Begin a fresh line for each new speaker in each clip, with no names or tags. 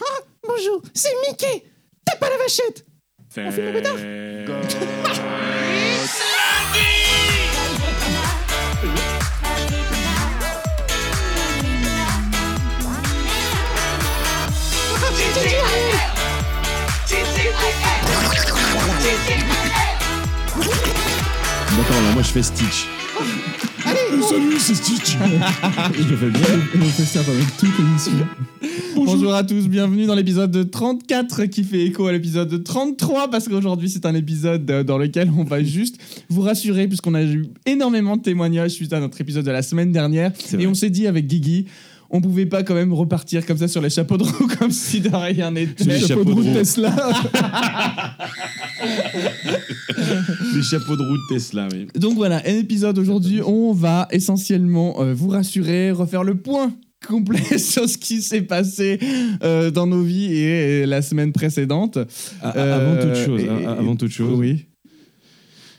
Ah, Bonjour, c'est Mickey. T'as pas la vachette. On fume le pétard.
D'accord, là, moi je fais Stitch.
Allez, on-
Salut, c'est Stitch. je le fais bien.
On fait ça pendant toute l'émission.
Bonjour. à tous, bienvenue dans l'épisode 34 qui fait écho à l'épisode 33 parce qu'aujourd'hui c'est un épisode euh, dans lequel on va juste vous rassurer puisqu'on a eu énormément de témoignages suite à notre épisode de la semaine dernière
C'est
et
vrai.
on s'est dit avec Guigui on pouvait pas quand même repartir comme ça sur les chapeaux de roue comme si de rien n'était.
Sur les chapeaux de roue.
Tesla.
Les chapeaux de roue de Tesla, oui.
Donc voilà, un épisode aujourd'hui, on va essentiellement euh, vous rassurer, refaire le point complet sur ce qui s'est passé euh, dans nos vies et, et la semaine précédente.
A- a-
Euh,
Ah, avant toute chose,
et-
a- a- avant toute chose,
Oui.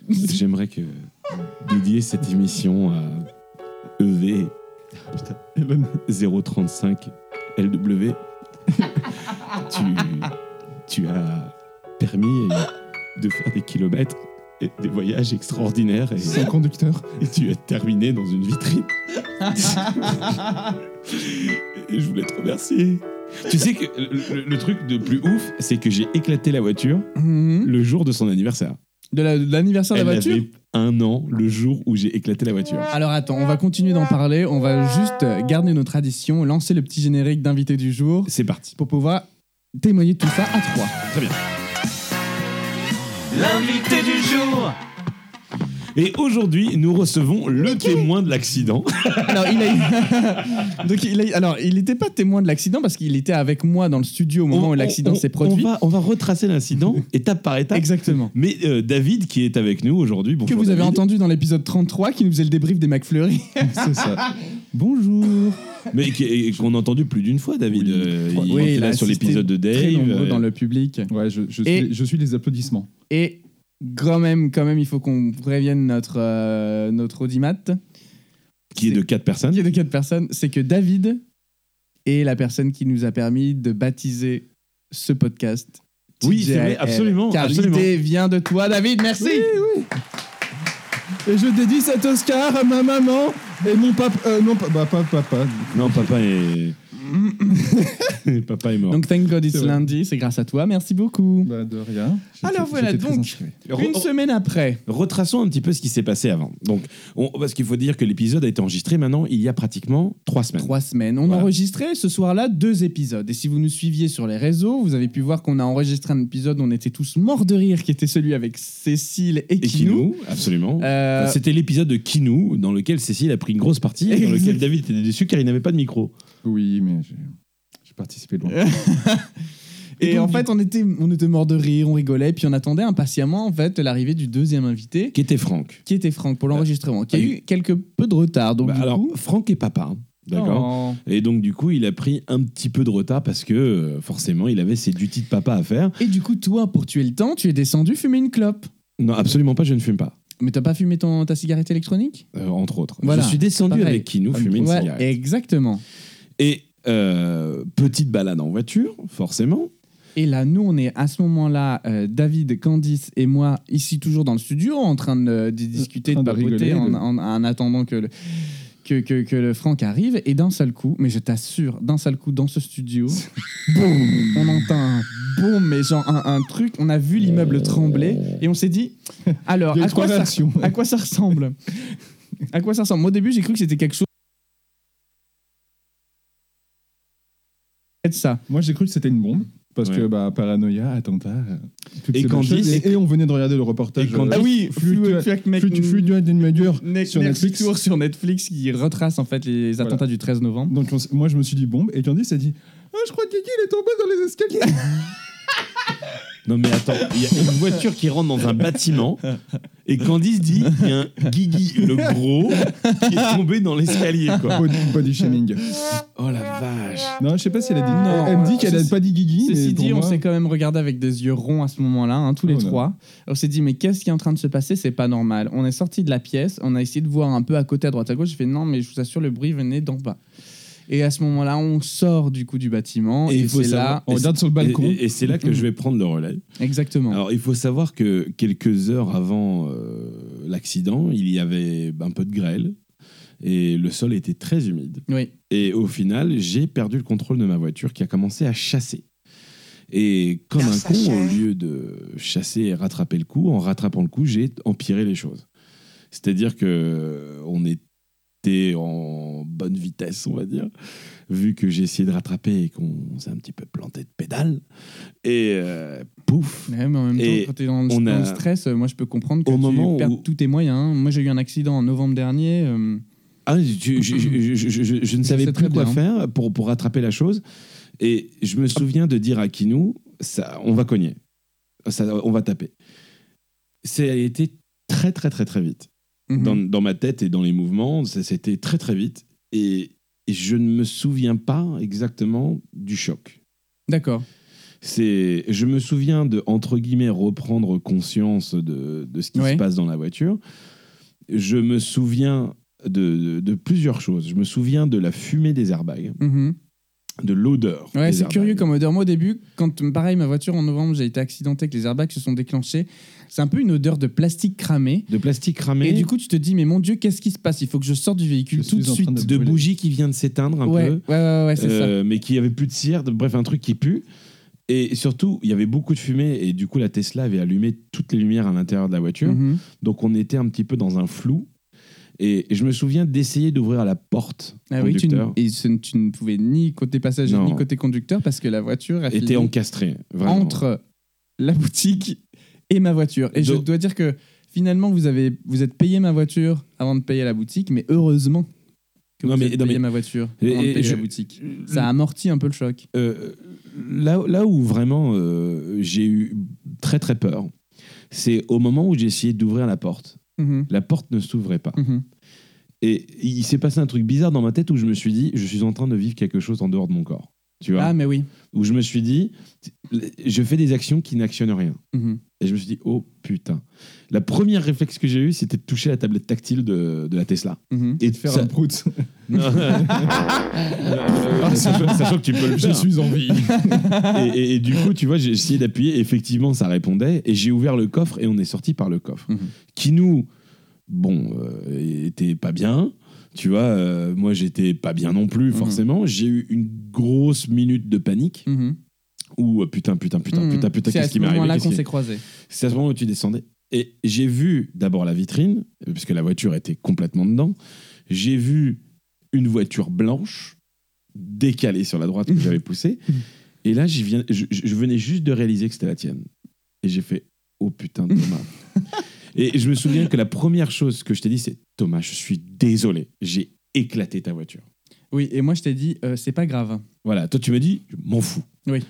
j'aimerais que dédier cette émission à E EV 035 LW. tu, tu as permis de faire des kilomètres et des voyages extraordinaires et,
C'est un conducteur.
et tu as terminé dans une vitrine. et je voulais te remercier. Tu sais que le, le- le truc de plus ouf, c'est que j'ai éclaté la voiture
Mhm.
le jour de son anniversaire.
De la- de l'anniversaire de
Elle
la voiture
avait un an le jour où j'ai éclaté la voiture.
Alors attends, on va continuer d'en parler, on va juste euh, garder nos traditions, lancer le petit générique d'invité du jour
C'est parti.
pour pouvoir témoigner de tout ça à trois.
Très bien.
L'invité du jour
Et aujourd'hui, nous recevons le témoin de l'accident.
Alors, il a eu- Donc, il a- Alors, il n'était pas témoin de l'accident parce qu'il était avec moi dans le studio au moment
On-
où
on-
l'accident
on-
s'est produit.
On va, on va retracer l'incident étape par étape.
Exactement.
Mais euh, David, qui est avec nous aujourd'hui,
Que
bonjour.
vous avez
David.
entendu dans l'épisode 33 qui nous faisait le débrief des McFlurry.
C'est ça. Bonjour.
Mais qui- et qu'on a entendu plus d'une fois, David. Euh, il
Oui,
était
il a
là sur
assisté
l'épisode de Dave.
Très nombreux
euh,
dans le public.
Ouais, je, je, suis,
Et-
je suis les applaudissements.
Et quand même, quand même, il faut qu'on prévienne notre, euh, notre audimat,
Hein
Qui est de quatre personnes.
qui est de quatre personnes, c'est que David est la personne qui nous a permis de baptiser ce podcast.
Oui,
TJIL,
c'est vrai, absolument,
Car
absolument.
l'idée vient de toi, David, merci
Et je dédie cet Oscar à ma maman et mon papa. euh, non, pa- bah, pas papa.
Non, papa est. papa est mort.
Donc, thank God it's
C'est vrai.
lundi, c'est grâce à toi, merci beaucoup.
Bah, de rien. J'étais-
Alors voilà,
j'étais très Oh,
donc.
inspiré.
Re-
Une semaine après,
Retraçons un petit peu ce qui s'est passé avant. Donc, on- parce qu'il faut dire que l'épisode a été enregistré maintenant il y a pratiquement trois semaines.
trois semaines, on
Voilà.
enregistrait ce soir-là deux épisodes. Et si vous nous suiviez sur les réseaux, vous avez pu voir qu'on a enregistré un épisode, on était tous morts de rire, qui était celui avec Cécile et
Et
Kinou.
Kinou, absolument.
Euh,
C'était l'épisode de Kinou dans lequel Cécile a pris une grosse partie et dans lequel
Exact.
David était déçu car il n'avait pas de micro.
Oui, mais
Ah,
j'ai j'ai participé loin.
et
Et donc,
en fait, on était, on était morts de rire, on rigolait, puis on attendait impatiemment en fait l'arrivée du deuxième invité,
Qui était Franck.
qui était Franck pour l'enregistrement, qui a
Ah,
eu quelque peu de retard. Donc
Bah,
du
alors,
coup,
Franck est papa. hein, D'accord.
Oh.
Et donc, du coup, il a pris un petit peu de retard parce que euh, forcément, il avait ses duties de papa à faire.
Et du coup, toi, pour tuer le temps, tu es descendu fumer une clope.
Non, absolument pas, je ne fume pas.
Mais t'as pas fumé ton, ta cigarette électronique
euh, entre autres.
Voilà.
Je suis descendu
Pareil.
avec Kinou fumer une
Ouais,
cigarette.
Exactement.
Et euh, petite balade en voiture, forcément.
Et là, nous, on est à ce moment-là, euh, David, Candice et moi, ici toujours dans le studio, en train de, de discuter, de,
En train de
papoter,
rigoler,
en,
de-
en- en attendant que le, que, que, que le Franck arrive. Et d'un seul coup, mais je t'assure, d'un seul coup, dans ce studio, boum, on entend un boum, mais genre un, un truc. On a vu l'immeuble trembler et on s'est dit, alors,
Il y a eu
à
trois
quoi, ça,
réactions.
à quoi ça ressemble À quoi ça ressemble Moi, au début, j'ai cru que c'était quelque chose. ça.
Moi, j'ai cru que c'était une bombe. Parce
Ouais.
que bah, paranoïa, attentat. euh, toutes
Et
ces bonnes
Candice-
choses. et, et on venait de regarder le reportage.
Et Candice-
euh,
Ah oui,
Fluctua- Fluctu- Fluctua d'une mesure sur Netflix.
Tour sur Netflix qui retrace en fait les
Voilà.
attentats du 13 novembre.
Donc on s- moi je me suis dit bombe et Candice a dit ah je crois que Guigui il est tombé dans les escaliers.
Non mais attends, il y a une voiture qui rentre dans un bâtiment et Candice dit il y a un Guigui le gros qui est tombé dans l'escalier quoi.
body, body shaming.
Oh la vache.
Non je sais pas si elle a dit.
Non,
elle me dit qu'elle
ceci-
a pas dit Guigui. mais
Ceci
pour
dit, on
moi-
s'est quand même regardé avec des yeux ronds à ce moment-là, hein,
Ah
tous les
Oh là.
trois. On s'est dit mais qu'est-ce qui est en train de se passer C'est pas normal. On est sorti de la pièce, on a essayé de voir un peu à côté, à droite, à gauche. J'ai fait non mais je vous assure le bruit venait d'en bas. Et à ce moment-là, on sort du coup du bâtiment.
Et
Et,
il faut
c'est là.
savoir-
On regarde sur le balcon.
Et, et- et c'est là que je vais prendre le relais.
Exactement.
Alors, il faut savoir que quelques heures avant euh, l'accident, il y avait un peu de grêle et le sol était très humide.
oui.
Et au final, j'ai perdu le contrôle de ma voiture qui a commencé à chasser. Et comme
Car
un
ça
con,
chasse.
au lieu de chasser et rattraper le coup, en rattrapant le coup, j'ai empiré les choses. C'est-à-dire que euh, on était en bonne vitesse, on va dire, vu que j'ai essayé de rattraper et qu'on s'est un petit peu planté de pédale. Et euh, pouf,
Ouais, mais en même temps,
Et
quand t'es dans, le-
on
dans
a-
le stress, euh, moi je peux comprendre que
Au
tu
moment
perds
où-
tous tes moyens. hein. Moi j'ai eu un accident en novembre dernier. euh,
Ah, je, je- je- je- je- je- je ne savais
sais
plus
très
quoi
bien.
faire pour, pour rattraper la chose. Et je me souviens de dire à Kinou, ça, on va cogner, ça, on va taper. Ça a été très très très très vite.
mhm.
Dans, dans ma tête et dans les mouvements, ça- c'était très très vite. Et, et je ne me souviens pas exactement du choc.
D'accord.
C'est, je me souviens de entre guillemets reprendre conscience de, de ce qui
Ouais.
se passe dans la voiture. Je me souviens de, de- de plusieurs choses. Je me souviens de la fumée des airbags,
Mhm.
de l'odeur.
Ouais,
des
c'est
airbags.
curieux comme odeur. Moi, au début, quand pareil, ma voiture en novembre, j'ai été accidentée, que les airbags se sont déclenchés. C'est un peu une odeur de plastique cramé.
de plastique cramé,
Et du coup, tu te dis, mais mon Dieu, qu'est-ce qui se passe Il faut que je sorte du véhicule
Je
tout de
suis en
suite.
train
de bougie qui vient de s'éteindre un
Ouais,
peu,
ouais, ouais, ouais, c'est ça.
euh, mais qui avait plus de cire, de- bref un truc qui pue. Et surtout, il y avait beaucoup de fumée et du coup la Tesla avait allumé toutes les lumières à l'intérieur de la voiture.
Mhm.
Donc on était un petit peu dans un flou. Et je me souviens d'essayer d'ouvrir la porte
Ah oui, tu, ne-
conducteur.
et ce- tu ne pouvais ni côté passager
Non.
ni côté conducteur parce que la voiture a
était
fini
encastré. Vraiment.
entre la boutique et ma voiture. Et je
Donc-
dois dire que finalement, vous, avez, vous êtes payé ma voiture avant de payer la boutique, mais heureusement que
Non,
vous
mais-
êtes
non,
payé
mais-
ma voiture
Et-
avant de
et
payer
je-
la boutique. euh, Ça amortit un peu le choc.
Euh, là, là où vraiment euh, j'ai eu très très peur, c'est au moment où j'ai essayé d'ouvrir la porte.
Mhm,
La porte ne s'ouvrait pas.
mhm.
Et il s'est passé un truc bizarre dans ma tête où je me suis dit, je suis en train de vivre quelque chose en dehors de mon corps. Tu vois
Ah, mais oui.
Où je me suis dit, je fais des actions qui n'actionnent rien.
Mhm.
Et je me suis dit, oh putain. La première réflexe que j'ai eue, c'était de toucher la tablette tactile de, de la Tesla.
Mhm.
Et de
Faire un prout.
Non. Ah, sachant, sachant que tu peux le
Je
faire.
suis en vie.
Et, et- et du coup, tu vois, j'ai essayé d'appuyer. Effectivement, ça répondait. Et j'ai ouvert le coffre et on est sorti par le coffre.
Mhm.
Qui nous, bon, euh, était pas bien. Tu vois, euh, moi, j'étais pas bien non plus,
Mhm.
forcément. J'ai eu une grosse minute de panique
Mhm.
où euh, putain, putain, putain,
Mhm.
putain, putain,
C'est à
qu'est-ce
ce
qui m'est arrivé
moment-là
qu'est-ce
qu'on
qui-
s'est croisés.
c'est à ce moment où tu descendais. Et j'ai vu d'abord la vitrine, euh, puisque la voiture était complètement dedans. J'ai vu une voiture blanche décalée sur la droite que j'avais poussée. Et là, j'y viens- je, je- je venais juste de réaliser que c'était la tienne. Et j'ai fait Oh putain, Thomas. et je me souviens que la première chose que je t'ai dit, c'est Thomas, je suis désolé, j'ai éclaté ta voiture.
Oui, et moi, je t'ai dit, euh, c'est pas grave.
Voilà, toi tu m'as dit, je m'en fous.
Oui.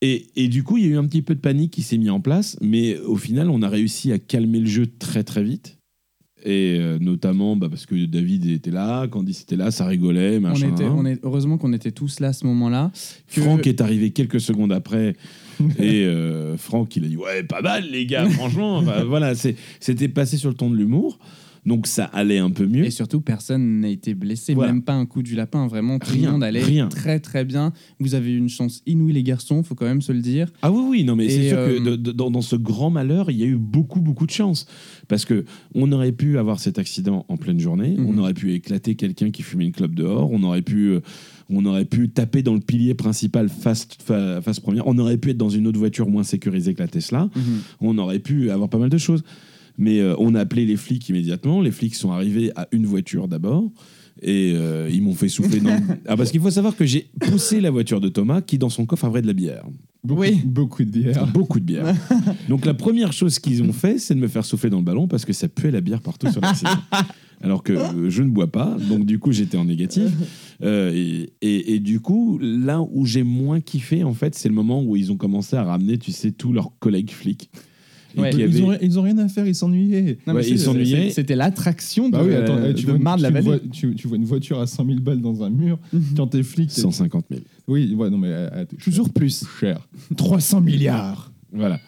Et, et du coup, il y a eu un petit peu de panique qui s'est mis en place, mais au final, on a réussi à calmer le jeu très très vite. Et euh, notamment bah, parce que David était là, Candice était là, ça rigolait,
On
machin. hein.
était, on est, heureusement qu'on était tous là à ce moment-là. que-
Franck est arrivé quelques secondes après et euh, Franck il a dit ouais pas mal les gars franchement Enfin, voilà c'est- c'était passé sur le ton de l'humour donc ça allait un peu mieux
Et surtout, personne n'a été blessé,
Voilà.
même pas un coup du lapin. Vraiment, tout
Rien,
le monde allait
rien.
très très bien. Vous avez eu une chance inouïe, les garçons, faut quand même se le dire.
Ah oui, oui, non, mais
Et,
c'est sûr que
euh,
de- de- dans, dans ce grand malheur, il y a eu beaucoup, beaucoup de chance. Parce que on aurait pu avoir cet accident en pleine journée, on
Mhm.
aurait pu éclater quelqu'un qui fumait une clope dehors, on aurait pu, euh, on aurait pu taper dans le pilier principal face, fa- face première, on aurait pu être dans une autre voiture moins sécurisée que la Tesla,
Mhm.
on aurait pu avoir pas mal de choses. Mais euh, on a appelé les flics immédiatement, les flics sont arrivés à une voiture d'abord. Et euh, ils m'ont fait souffler dans. le- Ah, parce qu'il faut savoir que j'ai poussé la voiture de Thomas qui, dans son coffre, avait de la bière.
Beaucoup,
Oui.
beaucoup de bière.
Beaucoup de bière. Donc la première chose qu'ils ont fait, c'est de me faire souffler dans le ballon parce que ça puait la bière partout sur la scène. Alors que euh, je ne bois pas, donc du coup j'étais en négatif. Euh, et, et- et du coup, là où j'ai moins kiffé, en fait, c'est le moment où ils ont commencé à ramener, tu sais, tous leurs collègues flics. Et
Ouais.
qui
Ils,
avaient-
ont, ils ont rien à faire, ils s'ennuyaient.
Ouais,
mais
ils
c'est-
s'ennuyaient.
c'est- C'était l'attraction de, euh,
Bah oui, attends, eh, tu,
de
vois,
Marre de la
tu, vois,
Vallée.
tu, tu vois une voiture à 100 000 balles dans un mur. Quand t'es flic, t'es-
150 000.
oui, ouais, non mais euh, euh,
Toujours plus.
cher. 300 milliards.
Voilà.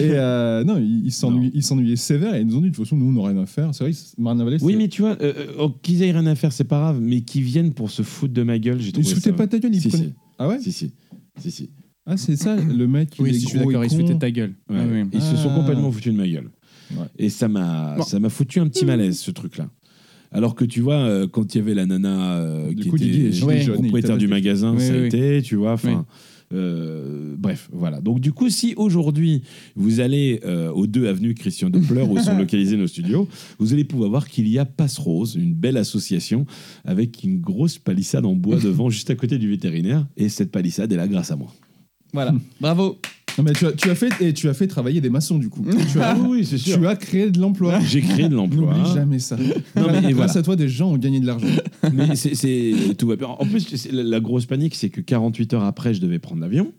Et euh, non, ils ils s'ennuyaient ils s'ennuyaient sévère et ils nous ont dit de toute façon, nous, on n'a rien à faire. C'est vrai, Marina Valley,
Oui,
c'est-
mais tu vois, euh, euh, oh, qu'ils aient rien à faire, c'est pas grave, mais qu'ils viennent pour se foutre de ma gueule, j'ai
ils
trouvé
se foutaient
ça-
pas de ta gueule, ils
Si,
prenaient.
si.
Ah ouais
Si, si. Si, si.
Ah, c'est ça, le mec. il est
Oui, si je suis
gros et
d'accord, il se
con.
foutait de ta gueule.
Ouais.
Ah oui.
Ils se sont
Ah.
complètement foutus de ma gueule.
Ouais.
Et ça m'a
Bon.
ça m'a foutu un petit malaise, ce truc-là. Alors que tu vois, euh, quand il y avait la nana euh,
Du
qui
coup,
était
Didier est gilet
Ouais.
jaune et il
propriétaire
tape
du
des-
magasin,
Oui,
ça a
oui.
été, tu vois. Enfin, euh, bref, voilà. Donc du coup, si aujourd'hui vous allez euh, aux deux avenues Christian Doppler où sont localisés nos studios, vous allez pouvoir voir qu'il y a Passe Rose, une belle association avec une grosse palissade en bois devant, juste à côté du vétérinaire. Et cette palissade est là grâce à moi.
Voilà. Bravo.
Non, mais tu as, tu as fait, et tu as fait travailler des maçons, du coup. tu, as,
oui, c'est
tu as créé de l'emploi.
J'ai créé de l'emploi.
N'oublie jamais ça.
Non, mais et
Grâce
voilà.
à toi, des gens ont gagné de l'argent.
Mais c'est- c'est tout va bien. En plus, c'est- la, la grosse panique, c'est que 48 heures après, je devais prendre l'avion.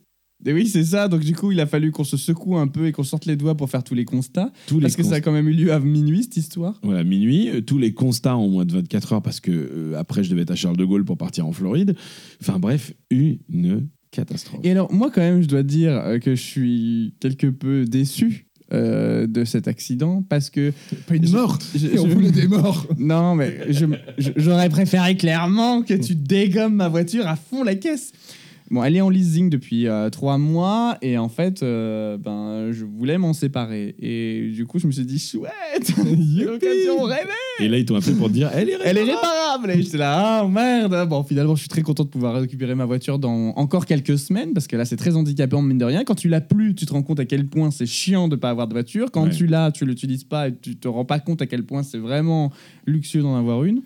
Et oui, c'est ça. Donc, du coup, il a fallu qu'on se secoue un peu et qu'on sorte les doigts pour faire tous les constats.
Tous les
Parce que ça a quand même eu lieu à minuit, cette histoire.
Voilà, minuit, euh, tous les constats en moins de 24 heures parce que euh, après je devais être à Charles de Gaulle pour partir en Floride. Enfin bref, une catastrophe.
Et alors, moi, quand même, je dois dire euh, que je suis quelque peu déçu euh, de cet accident parce que.
Pas une
Je-
mort.
je-
Et on
je-
voulait des morts.
Non, mais je- je- j'aurais préféré clairement que tu dégommes ma voiture à fond la caisse. Bon, elle est en leasing depuis euh, trois mois et en fait, euh, ben, je voulais m'en séparer. Et du coup, je me suis dit, chouette, l'occasion rêvée.
Et là, ils t'ont appelé pour te dire Elle est
Elle est réparable Et j'étais là, ah merde Bon, finalement, je suis très content de pouvoir récupérer ma voiture dans encore quelques semaines, parce que là, c'est très handicapant, mine de rien. Quand tu l'as plus, tu te rends compte à quel point c'est chiant de pas avoir de voiture. Quand
Ouais.
tu l'as, tu l'utilises pas et tu te rends pas compte à quel point c'est vraiment luxueux d'en avoir une.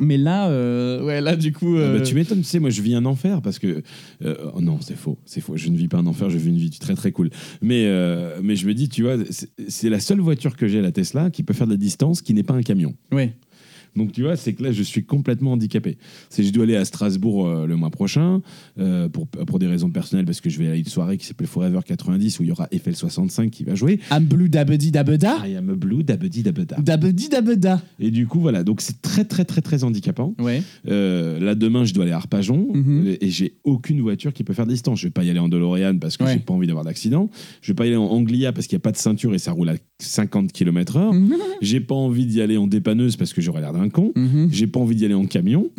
Mais là, euh, ouais, là, du coup...
Ah
euh,
bah, tu m'étonnes, tu sais, moi je vis un enfer parce que. euh, oh non, c'est faux, c'est faux. Je ne vis pas un enfer, je vis une vie très très cool. Mais, euh, mais je me dis, tu vois, c'est- c'est la seule voiture que j'ai, la Tesla, qui peut faire de la distance, qui n'est pas un camion.
ouais.
Donc tu vois, c'est que là, je suis complètement handicapé. C'est je dois aller à Strasbourg euh, le mois prochain euh, pour, pour des raisons personnelles parce que je vais à une soirée qui s'appelle Forever 90 où il y aura Eiffel 65 qui va jouer.
I'm blue dabedi dabeda
I am a blue dabedi dabeda.
Dabedi dabeda
Et du coup voilà, donc c'est très très très très handicapant.
Ouais.
Euh, là demain, je dois aller à Arpajon
Mhm.
et- et j'ai aucune voiture qui peut faire distance. Je vais pas y aller en DeLorean parce que
Ouais.
j'ai pas envie d'avoir d'accident. Je vais pas y aller en Anglia parce qu'il y a pas de ceinture et ça roule à 50
Mhm.
km/h. J'ai pas envie d'y aller en dépanneuse parce que j'aurais l'air d'un con
Mhm.
j'ai pas envie d'y aller en camion.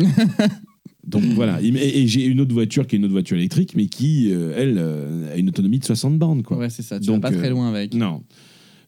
Donc voilà, et, et j'ai une autre voiture qui est une autre voiture électrique, mais qui, euh, elle, euh, a une autonomie de 60 bornes. Quoi.
Ouais, c'est ça, tu
Donc,
vas pas très
euh,
loin avec.
Non.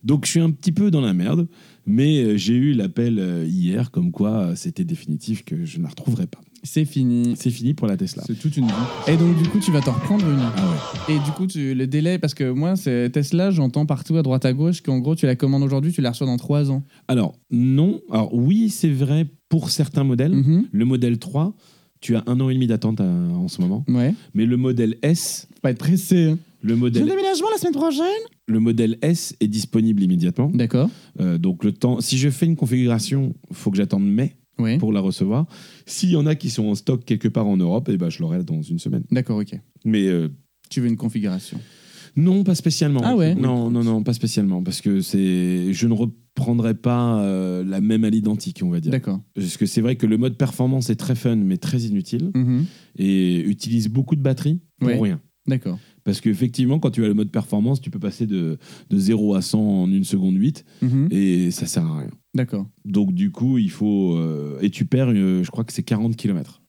Donc je suis un petit peu dans la merde, mais euh, j'ai eu l'appel euh, hier comme quoi euh, c'était définitif que je ne la retrouverai pas.
C'est fini.
C'est fini pour la Tesla.
C'est toute une vie.
Et donc, du coup, tu vas t'en reprendre une.
Ah ouais.
Et du coup, tu, le délai, parce que moi, c'est Tesla, j'entends partout à droite à gauche qu'en gros, tu la commandes aujourd'hui, tu la reçois dans 3 ans.
Alors non, alors oui c'est vrai pour certains modèles.
Mhm.
Le modèle 3, tu as un an et demi d'attente à- en ce moment,
Ouais.
mais le modèle S,
Faut pas être pressé. hein.
le
J'ai un
modèle,
déménagement la semaine prochaine.
le modèle S est disponible immédiatement.
D'accord.
Euh, donc le temps, si je fais une configuration, faut que j'attende mai
Ouais.
pour la recevoir. S'il y en a qui sont en stock quelque part en Europe, eh ben je l'aurai dans une semaine.
D'accord, ok.
Mais euh,
Tu veux une configuration.
non, pas spécialement.
Ah ouais.
Non, non, non, pas spécialement, parce que c'est, je ne reprendrai pas euh, la même à l'identique, on va dire.
D'accord.
Parce que c'est vrai que le mode performance est très fun, mais très inutile
Mhm.
et utilise beaucoup de batterie pour
Ouais.
rien.
D'accord.
Parce qu'effectivement, quand tu as le mode performance, tu peux passer de, de 0 à 100 en 1 seconde 8
Mhm.
et ça sert à rien.
D'accord.
Donc du coup, il faut euh, et tu perds, euh, je crois que c'est 40 km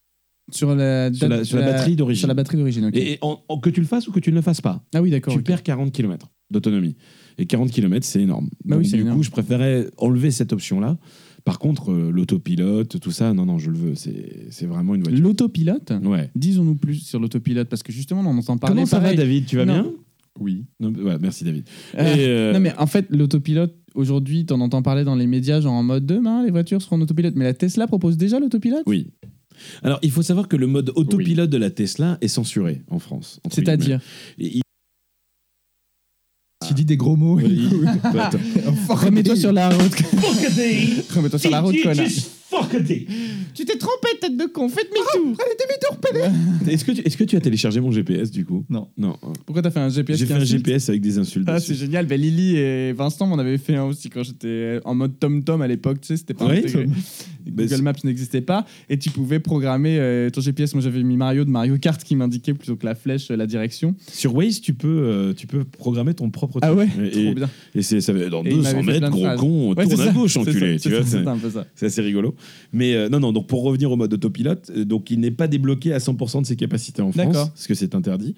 Sur la,
sur la, sur la batterie d'origine.
Euh, Sur la batterie d'origine, ok.
Et, et en- en- que tu le fasses ou que tu ne le fasses pas,
Ah oui, d'accord.
tu
ok.
perds 40 km d'autonomie. Et 40 km, c'est énorme.
Bah
Donc,
oui, c'est
du
énorme.
coup, je préférais enlever cette option-là. Par contre, euh, l'autopilote, tout ça, non, non, je le veux. C'est c'est vraiment une voiture.
L'autopilote
Ouais.
Disons-nous plus sur l'autopilote, parce que justement, on en entend parler.
Comment ça
pareil.
va, David Tu vas
Non.
bien
Oui.
Non, mais- voilà, Merci, David.
Euh,
Et, euh,
Non, mais en fait, l'autopilote, aujourd'hui, t'en entends parler dans les médias, genre en mode demain, les voitures seront en autopilote. Mais la Tesla propose déjà l'autopilote
Oui. Alors, il faut savoir que le mode autopilote de la Tesla est censuré en France. entre
C'est-à-dire
guillemets. Et
Qui dit des gros mots.
il- Ouais, il- Attends.
Remets-toi sur la route. Remets-toi sur la route, connard.
fuck it
Tu t'es trompé, tête de con, faites demi-tour
Allez, demi-tour, pédé Est-ce que, tu- est-ce que tu as téléchargé mon GPS du coup
Non.
Non.
Pourquoi t'as fait un GPS
J'ai
qui
fait un
insulte
GPS avec des insultes.
Ah,
dessus.
c'est génial. Ben, Lily et Vincent m'en avaient fait un aussi quand j'étais en mode tom-tom à l'époque. Tu sais, c'était pas
Ouais,
intégré.
Tom.
Google
Ben, c'est-
Maps n'existait pas. Et tu pouvais programmer euh, ton GPS. Moi, j'avais mis Mario de Mario Kart qui m'indiquait plutôt que la flèche euh, la direction.
Sur Waze, tu peux, euh, tu peux programmer ton propre
Ah ouais
Et,
Trop bien.
et c'est ça, dans
Et il
200
m'avait fait
mètres,
plein de
gros
phrases.
con,
Ouais,
tourne
c'est
à
ça,
gauche,
c'est
enculé.
ça, c'est
tu vois,
ça,
c'est-
c'est un peu ça.
c'est assez rigolo. Mais euh, non, non, donc pour revenir au mode autopilote, euh, donc il n'est pas débloqué à 100% de ses capacités en France,
D'accord.
parce que c'est interdit.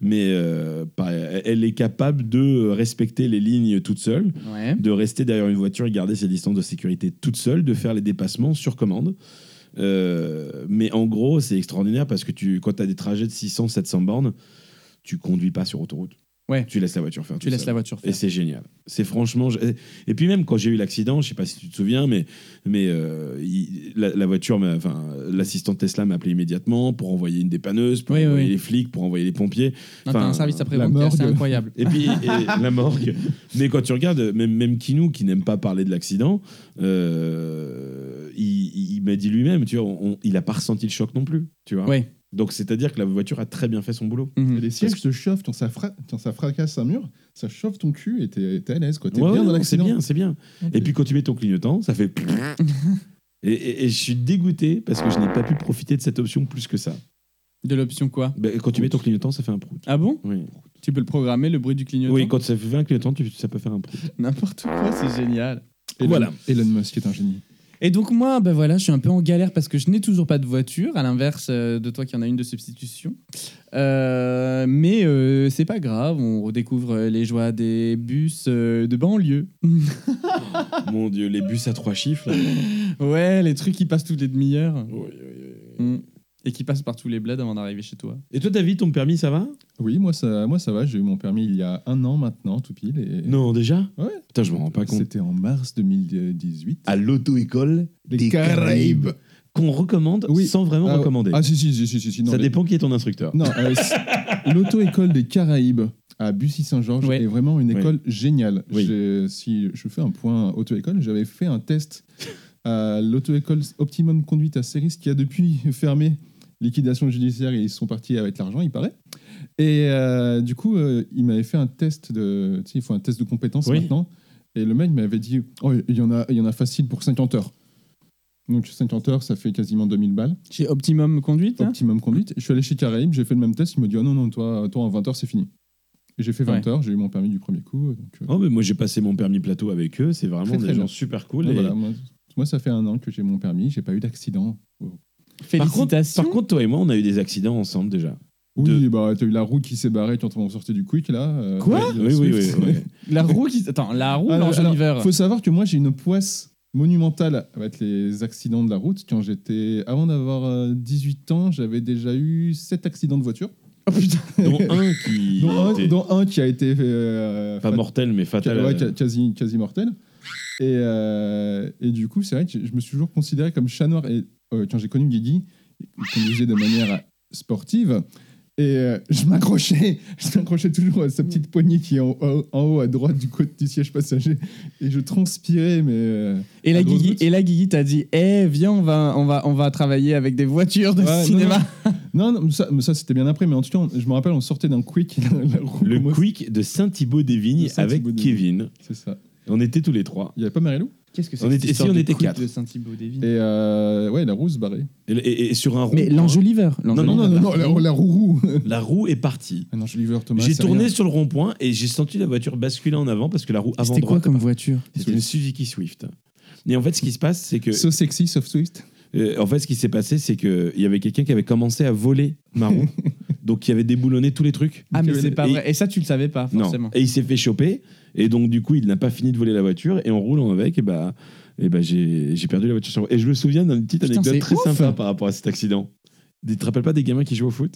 Mais euh, par- elle est capable de respecter les lignes toute seule,
Ouais.
de rester derrière une voiture et garder ses distances de sécurité toute seule, de faire les dépassements sur commande. Euh, mais en gros, c'est extraordinaire parce que tu, quand tu as des trajets de 600, 700 bornes, tu conduis pas sur autoroute.
Ouais.
Tu laisses la voiture faire.
Tu
toute
laisses
seule.
la voiture
Et
faire.
c'est génial. C'est franchement. je- Et puis même quand j'ai eu l'accident, je sais pas si tu te souviens, mais mais euh, il- la, la voiture, m'a- enfin l'assistant Tesla m'a appelé immédiatement pour envoyer une dépanneuse, pour
Oui, oui,
envoyer
oui.
les flics, pour envoyer les pompiers.
Non, t'as
enfin,
un service
la
après-vente qui est assez
morgue.
incroyable.
Et puis et la morgue. Mais quand tu regardes, même, même Kinou, qui n'aime pas parler de l'accident, euh, il, il m'a dit lui-même, tu vois, on- il a pas ressenti le choc non plus, tu vois.
Ouais.
Donc c'est-à-dire que la voiture a très bien fait son boulot.
Mhm.
Et les sièges te chauffent, t'en- ça, fra- t'en- ça fracasse un mur, ça chauffe ton cul et t'es t'es à l'aise, quoi. T'es
Ouais, ouais,
bien dans
non, c'est
l'accident.
bien, c'est bien. Et puis quand tu mets ton clignotant, ça fait. Et, et- et je suis dégoûté parce que je n'ai pas pu profiter de cette option plus que ça.
De l'option quoi
Ben, quand tu mets ton clignotant, ça fait un prout.
Ah bon
Oui,
Tu peux le programmer, le bruit du clignotant
oui quand ça fait un clignotant, tu- ça peut faire un prout.
N'importe quoi, c'est génial.
Elon-
Voilà.
Elon Musk est un génie.
Et donc moi, ben voilà, je suis un peu en galère parce que je n'ai toujours pas de voiture, à l'inverse euh, de toi qui en a une de substitution. Euh, mais euh, c'est pas grave, on redécouvre euh, les joies des bus euh, de banlieue.
Mon dieu, les bus à trois chiffres. là.
ouais, les trucs qui passent toutes les demi-heures
Oui, oui, oui.
Mm. et qui passent par tous les bleds avant d'arriver chez toi.
Et toi, David, ton permis, ça va
Oui, moi ça, moi ça va, j'ai eu mon permis il y a un an maintenant, tout pile. Et...
Non, déjà
Ouais.
Putain, je me rends pas compte.
C'était en mars 2018.
À l'auto-école
Les Caraïbes.
Qu'on recommande
Oui.
sans vraiment
Ah,
recommander.
Ah si, si, si, si, si, si, non,
ça
mais-
dépend qui est ton instructeur.
Non, euh, c'est- l'auto-école des Caraïbes à Bussy-Saint-Georges
Ouais.
est vraiment une
Oui.
école géniale.
Oui.
J'ai- Si je fais un point auto-école, j'avais fait un test à l'auto-école Optimum Conduite à Céris qui a depuis fermé liquidation judiciaire et ils sont partis avec l'argent, il paraît. Et euh, du coup, euh, il m'avait fait un test de. Tu sais, il faut un test de compétences
Oui.
maintenant. Et le mec m'avait dit Oh, il y, en a, il y en a facile pour 50 heures. Donc 50 heures, ça fait quasiment 2000 balles.
Chez Optimum Conduite hein
Optimum conduite. Je suis allé chez Caraïbes, j'ai fait le même test. Il m'a dit Ah non, non, toi, toi en 20 heures, c'est fini. Et j'ai fait 20
Ouais.
heures, j'ai eu mon permis du premier coup. Donc, euh,
Oh, mais moi, j'ai passé mon permis plateau avec eux. C'est vraiment
Très,
des
très
gens
bien.
super cool.
ouais,
et-
ah, voilà, moi, moi, ça fait un an que j'ai mon permis, j'ai pas eu d'accident.
Par contre,
Félicitations.
par contre, toi et moi, on a eu des accidents ensemble déjà.
Oui,
De-
bah, t'as eu la roue qui s'est barrée, tu es en train d'en sortir du quick là. euh,
Quoi
ouais,
Oui, oui, oui.
Swift.
ouais.
la roue qui... Attends, la roue,
Ah,
l'ange
alors,
hiver.
Faut savoir que moi, j'ai une poisse monumentale avec les accidents de la route. Quand j'étais. Avant d'avoir euh, 18 ans, j'avais déjà eu 7 accidents de voiture.
Oh putain
Dont un qui.
Dont un,
était
dont un qui a été. euh,
Pas
fatal-
mortel, mais fatal.
Ca- ouais,
euh,
ca- quasi, quasi mortel. Et, euh, et du coup, c'est vrai que je me suis toujours considéré comme chat noir. Et euh, quand j'ai connu Guigui, il conduisait de manière sportive. Et euh, je m'accrochais, je m'accrochais toujours à sa petite poignée qui est en, en- en haut à droite du côté du siège passager. Et je transpirais, mais. euh,
Et la
La grosse
Guigui,
goutte.
et la Guigui t'a dit, eh viens, on va, on va, on va travailler avec des voitures de
Ouais, non,
cinéma.
Non, non, mais ça, mais ça, c'était bien après, mais en tout cas, on- je me rappelle, on sortait d'un quick. la roue
Le
commence-
quick de Saint-Thibaud-des-Vignes
De Saint-Thibaud-des-Vignes.
avec Kevin.
C'est ça.
On était tous les trois.
Il n'y avait pas Marilou
Qu'est-ce que
On
que
était-
cette
si, on
histoire de
était
coupe
quatre.
de Saint-Thibaud-des-Vignes
Et euh, ouais, la roue se barrait.
Et, et- et sur un rond.
Mais l'enjoliveur.
hein. Non,
Non, non,
la
non, la, roue- la roue.
La roue est partie.
Ah non, je l'ai ouvert, Thomas.
j'ai
c'est
tourné
rien.
sur le rond-point et j'ai senti la voiture basculer en avant parce que la roue avant
C'était quoi
droite.
comme voiture
C'était une Suzuki Swift. Et en fait, ce qui se passe, c'est que.
So sexy, soft Swift.
Euh, en fait, ce qui s'est passé, c'est qu'il y avait quelqu'un qui avait commencé à voler ma roue. Donc, qui avait déboulonné tous les trucs.
Ah, mais c'est pas
Et-
vrai. Et ça, tu le savais pas,
Non.
forcément.
Et il s'est fait choper. Et donc, du coup, il n'a pas fini de voler la voiture. Et en roulant avec, et bah, et bah, j'ai j'ai perdu la voiture. sur moi. Et je me souviens d'une petite
Putain,
anecdote
c'est
très
ouf.
sympa par rapport à cet accident. Tu te rappelles pas des gamins qui jouaient au foot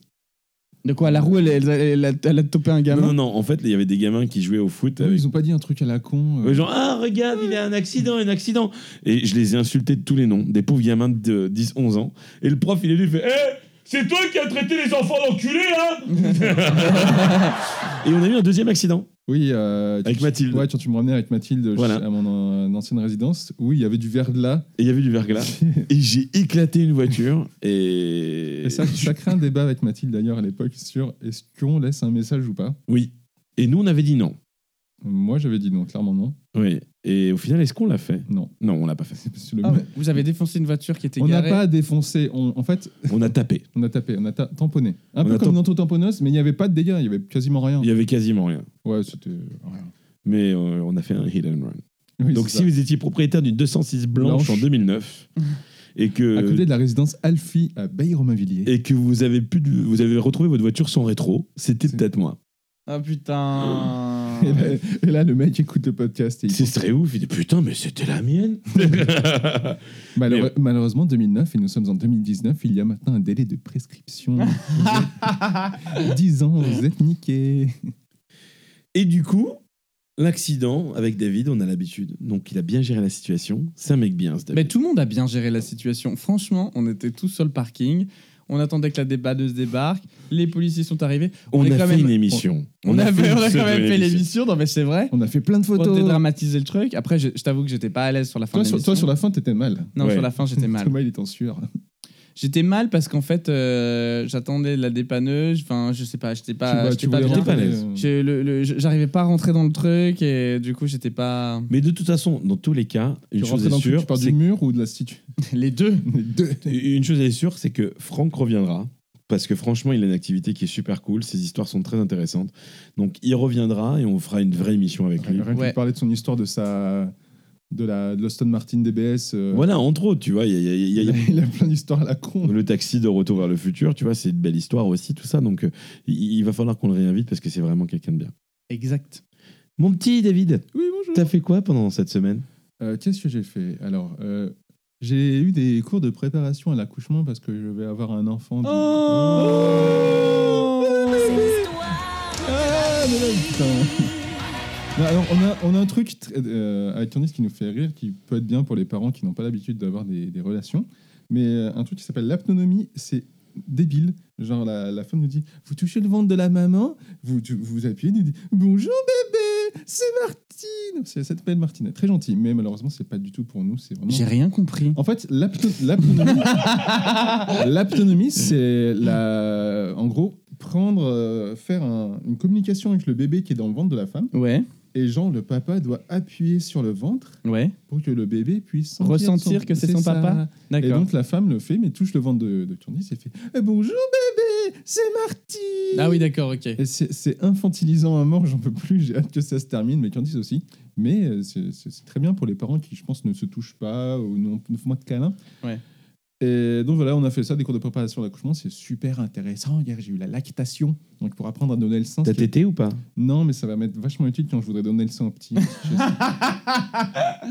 De quoi La roue, elle, elle- elle a, elle a topé un gamin
Non, non, non. En fait, il y avait des gamins qui jouaient au foot. avec-
Ils ont pas dit un truc à la con. euh,
Ouais, genre, ah, regarde, il a un accident, un accident. Et je les ai insultés de tous les noms, des pauvres gamins de 10, 11 ans. Et le prof, il est venu, il fait, Eh, c'est toi qui as traité les enfants d'enculés, là Et on hein a eu un deuxième accident.
Oui, euh, tu-
Avec Mathilde.
Ouais, tu, tu me ramenais avec Mathilde
Voilà.
chez- à mon euh, ancienne résidence. Oui, il y avait du verglas.
Et il y avait du verglas. et j'ai éclaté une voiture. Et,
Et ça, ça crée un débat avec Mathilde d'ailleurs à l'époque sur est-ce qu'on laisse un message ou pas.
Oui. Et nous, on avait dit non.
Moi, j'avais dit non, clairement non.
Oui. Et au final, est-ce qu'on l'a fait
Non.
Non, on l'a pas fait.
Parce que le-
Ah ouais, Vous avez défoncé une voiture qui était
on n'a
garée.
pas défoncé. On, en fait,
On a tapé.
on a tapé, on a ta- tamponné. Un
On a
peu comme
tam-
une auto-tamponneuse, mais il n'y avait pas de dégâts, il n'y avait quasiment rien.
Il y avait quasiment rien.
Ouais, c'était. rien.
Mais euh, on a fait un hit and run.
Oui,
Donc si
c'est ça.
vous étiez propriétaire d'une 206 blanche,
Blanche.
en 2009 et
À côté
que
de la résidence Alfie à Baye-Romainvilliers.
et que vous avez pu de- vous avez retrouvé votre voiture sans rétro, c'était
C'est-
peut-être moi.
Ah putain.
Et là, et là, le mec écoute le podcast. Et il-
C'est très ouf, il dit putain mais c'était la mienne.
Malheure-
Mais-
Malheureusement, 2009 et nous sommes en 2019, il y a maintenant un délai de prescription. Vous êtes- 10 ans, vous êtes niqués.
et du coup, l'accident avec David, on a l'habitude. Donc il a bien géré la situation, c'est un mec bien ce David.
Mais tout le monde a bien géré la situation. Franchement, on était tous sur le parking. On attendait que la débatteuse débarque. Les policiers sont arrivés.
on,
est
a fait
quand même-
une émission.
On, avait,
fait une
on a quand même fait
pseudo-émission.
l'émission. Non, mais c'est vrai.
On a fait plein de
Pour
photos.
dédramatiser le truc. Après, je, je t'avoue que j'étais pas à l'aise sur la fin.
Toi,
de
sur, toi,
l'émission.
sur la fin, t'étais mal.
Non,
Ouais.
sur la fin, j'étais mal.
Thomas, il est en sueur.
J'étais mal parce qu'en fait, euh, j'attendais la dépanneuse. Enfin, Bah, je sais pas, j'étais
Tu vois,
pas, j'étais
tu
pas
voulais
bien.
rentrer.
rentrer,
l'aise.
euh,
Je- le- le- je- J'arrivais pas à rentrer dans le truc et du coup, j'étais pas.
Mais de toute façon, dans tous les cas, une
Tu
chose
rentrais
est
dans le truc,
sûre,
tu pars
c'est
du mur ou de la statue
Les deux.
Les deux.
Une chose est sûre, c'est que Franck reviendra. Parce que franchement, il a une activité qui est super cool. Ses histoires sont très intéressantes. Donc, il reviendra et on fera une vraie émission avec lui.
Rien que
Ouais.
de parler de son histoire de sa. de la de l'Aston Martin DBS. euh,
Voilà, entre autres, tu vois, il y a- il y a- il y a- il y a-
Il a plein d'histoires à la con.
le taxi de retour vers le futur, tu vois, c'est une belle histoire aussi, tout ça. Donc, euh, il, il va falloir qu'on le réinvite parce que c'est vraiment quelqu'un de bien.
Exact.
Mon petit David,
Oui, bonjour.
t'as fait quoi pendant cette semaine
Euh, Qu'est-ce que j'ai fait Alors, euh, j'ai eu des cours de préparation à l'accouchement parce que je vais avoir un enfant. du- Oh Ah, mais là, putain. Non, alors, on, a, on a un truc très- euh, avec Candice qui nous fait rire, qui peut être bien pour les parents qui n'ont pas l'habitude d'avoir des, des relations. Mais euh, un truc qui s'appelle l'apnonomie, c'est débile. Genre, la, la femme nous dit Vous touchez le ventre de la maman, vous tu- vous appuyez, vous dites Bonjour bébé, c'est Martine C'est cette belle Martine. Très gentille, mais malheureusement, c'est pas du tout pour nous. C'est vraiment.
J'ai rien compris.
En fait, l'apto- l'aptonomie, l'aptonomie, c'est la, en gros, prendre, euh, faire un- une communication avec le bébé qui est dans le ventre de la femme,
Ouais,
et genre le papa doit appuyer sur le ventre
ouais.
pour que le bébé puisse sentir
Ressentir
son-
que c'est son
ça.
papa.
Et
D'accord.
donc la femme le fait, mais touche le ventre de, de Candice et fait Eh, Bonjour bébé, c'est Martine.
Ah oui, d'accord, ok.
Et c'est- c'est infantilisant à mort, j'en peux plus, j'ai hâte que ça se termine, mais Candice aussi. Mais euh, c'est c'est- c'est très bien pour les parents qui, je pense, ne se touchent pas ou n'ont- ne font pas de câlin.
Ouais.
Et donc voilà, on a fait ça, des cours de préparation à l'accouchement, c'est super intéressant. Hier, j'ai eu la lactation, donc pour apprendre à donner le sein.
T'as
parce que-
tété ou pas
Non, mais ça va m'être vachement utile quand je voudrais donner le sein au petit. Je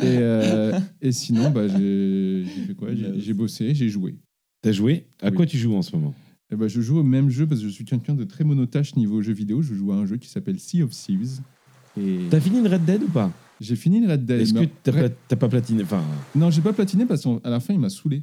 sais. et, euh, et sinon, bah, j'ai j'ai fait quoi J'ai j'ai bossé, j'ai joué.
T'as joué À
Oui.
quoi tu joues en ce moment
Eh ben, je joue au même jeu parce que je suis quelqu'un de très monotache niveau jeu vidéo. Je joue à un jeu qui s'appelle Sea of Thieves. Et
T'as fini une Red Dead ou pas
j'ai fini le Red Dead.
Est-ce que
mais-
t'as
Red-
pas, t'as pas platiné Enfin,
Non, j'ai pas platiné parce qu'à la fin, il m'a saoulé.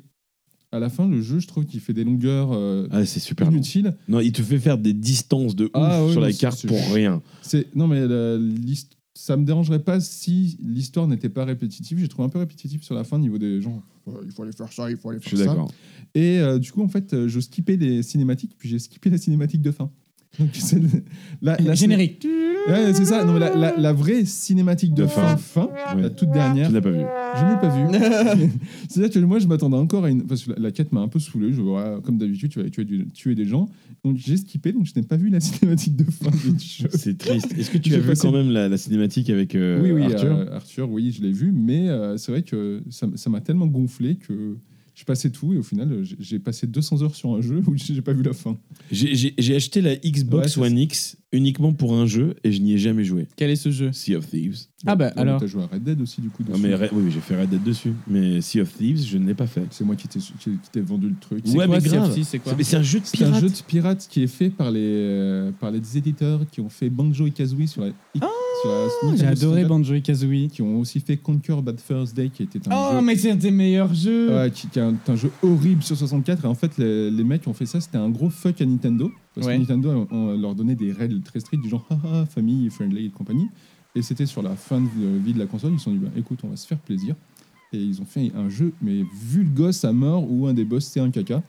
À la fin, le jeu, je trouve qu'il fait des longueurs euh,
ah, c'est super long.
inutiles.
Non, il te fait faire des distances de ouf
Ah oui,
sur
non,
la
c'est-
carte
c'est-
pour rien.
C'est non, mais la- l'hist- ça me dérangerait pas si l'histoire n'était pas répétitive. J'ai trouvé un peu répétitif sur la fin niveau des gens. Ouais, il faut aller faire ça, il faut aller
Je
faire
suis
ça.
d'accord.
Et euh, du coup, en fait, euh, je skippais les cinématiques, puis j'ai skippé la cinématique de fin. Donc, c'est le- la, la-
Générique.
Ouais, c'est ça. Non, mais la, la- la vraie cinématique de,
De fin.
fin, fin, la toute dernière,
Tu l'as pas vu.
je n'ai pas vu. C'est-à-dire que moi, je m'attendais encore à une. Parce que la, la quête m'a un peu saoulé. Je vois, comme d'habitude, tu vas aller tuer, du- tuer des gens. Donc j'ai skippé, donc je n'ai pas vu la cinématique de fin du jeu.
C'est triste. Est-ce que tu
J'ai
as vu
passé-
quand même la, la cinématique avec euh,
oui, oui, euh,
Arthur
Arthur, oui, je l'ai vu. Mais euh, c'est vrai que ça m- ça m'a tellement gonflé que. Je passais tout et au final, j'ai- j'ai passé 200 heures sur un jeu où j'ai pas vu la fin.
J'ai- J'ai j'ai acheté la
Ouais,
Xbox
c'est
One X uniquement pour un jeu et je n'y ai jamais joué.
Quel est ce jeu
Sea of Thieves.
Ah bah,
Non, mais
alors.
euh, T'as joué à Red Dead aussi, du coup.
Non,
dessus.
mais Red- oui, oui, j'ai fait Red Dead dessus. Mais Sea of Thieves, je ne l'ai pas fait.
C'est moi qui t'ai qui t'ai vendu le truc.
Ouais, mais grave.
CFC, c'est quoi
C'est- mais C'est un jeu de
C'est un
pirate.
jeu de pirate qui est fait par les, euh, par les éditeurs qui ont fait Banjo et Kazooie sur la. sur la Nintendo
Ah, J'ai adoré
64,
Banjo et Kazooie.
Qui ont aussi fait Conquer Bad First Day, qui était un
Oh,
jeu.
mais c'est un des meilleurs jeux.
Ouais, qui, qui est un, un jeu horrible sur 64. Et en fait, les, les mecs qui ont fait ça, c'était un gros fuck à Nintendo. Parce
Ouais.
que Nintendo on- on leur donnait des règles très strictes du genre haha, famille, friendly et compagnie. Et c'était sur la fin de vie de la console, ils se sont dit bah, écoute, on va se faire plaisir. Et ils ont fait un jeu, mais vu le gosse à mort, où un des boss c'est un caca.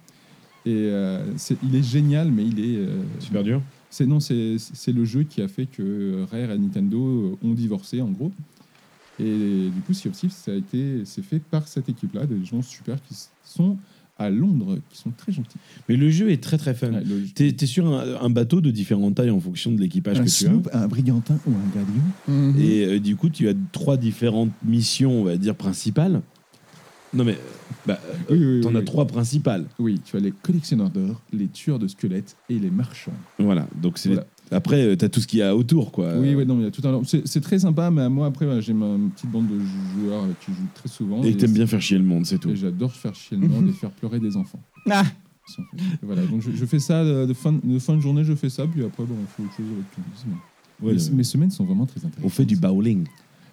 Et euh, c'est- il est génial, mais il est. euh,
Super dur.
c'est non, c'est c'est le jeu qui a fait que Rare et Nintendo euh, ont divorcé en gros. Et du coup, Sea of Thieves, ça a été, c'est fait par cette équipe-là, des gens super qui s- sont à Londres, qui sont très gentils.
Mais le jeu est très très fun.
Ouais, le-
Euh, T'es t'es sur un, un bateau de différentes tailles en fonction de l'équipage que tu as.
un brigantin ou un galion.
Mhm.
Et euh, du coup, tu as trois différentes missions, on va dire, principales. Non, mais euh, bah, euh,
Oui, oui,
t'en
oui,
as
oui.
trois principales.
Oui, tu as les collectionneurs d'or, les tueurs de squelettes et les marchands.
Voilà. Donc, c'est
Voilà.
après, euh, t'as tout ce qu'il y a autour, quoi.
Oui, ouais, non, mais il y a tout un. lore. C'est c'est très sympa, mais moi après, voilà, j'ai ma petite bande de joueurs avec qui je joue très souvent.
Et que t'aimes bien faire chier le monde, c'est tout.
Et j'adore faire chier le monde et faire pleurer des enfants.
Ah.
Ils sont fait. Voilà, donc je, je fais ça euh, de fin, de fin de journée, je fais ça, puis après, bon, on fait autre chose avec tout. C'est bon.
Ouais,
mes, mes semaines sont vraiment très intéressantes.
Euh, on fait du bowling.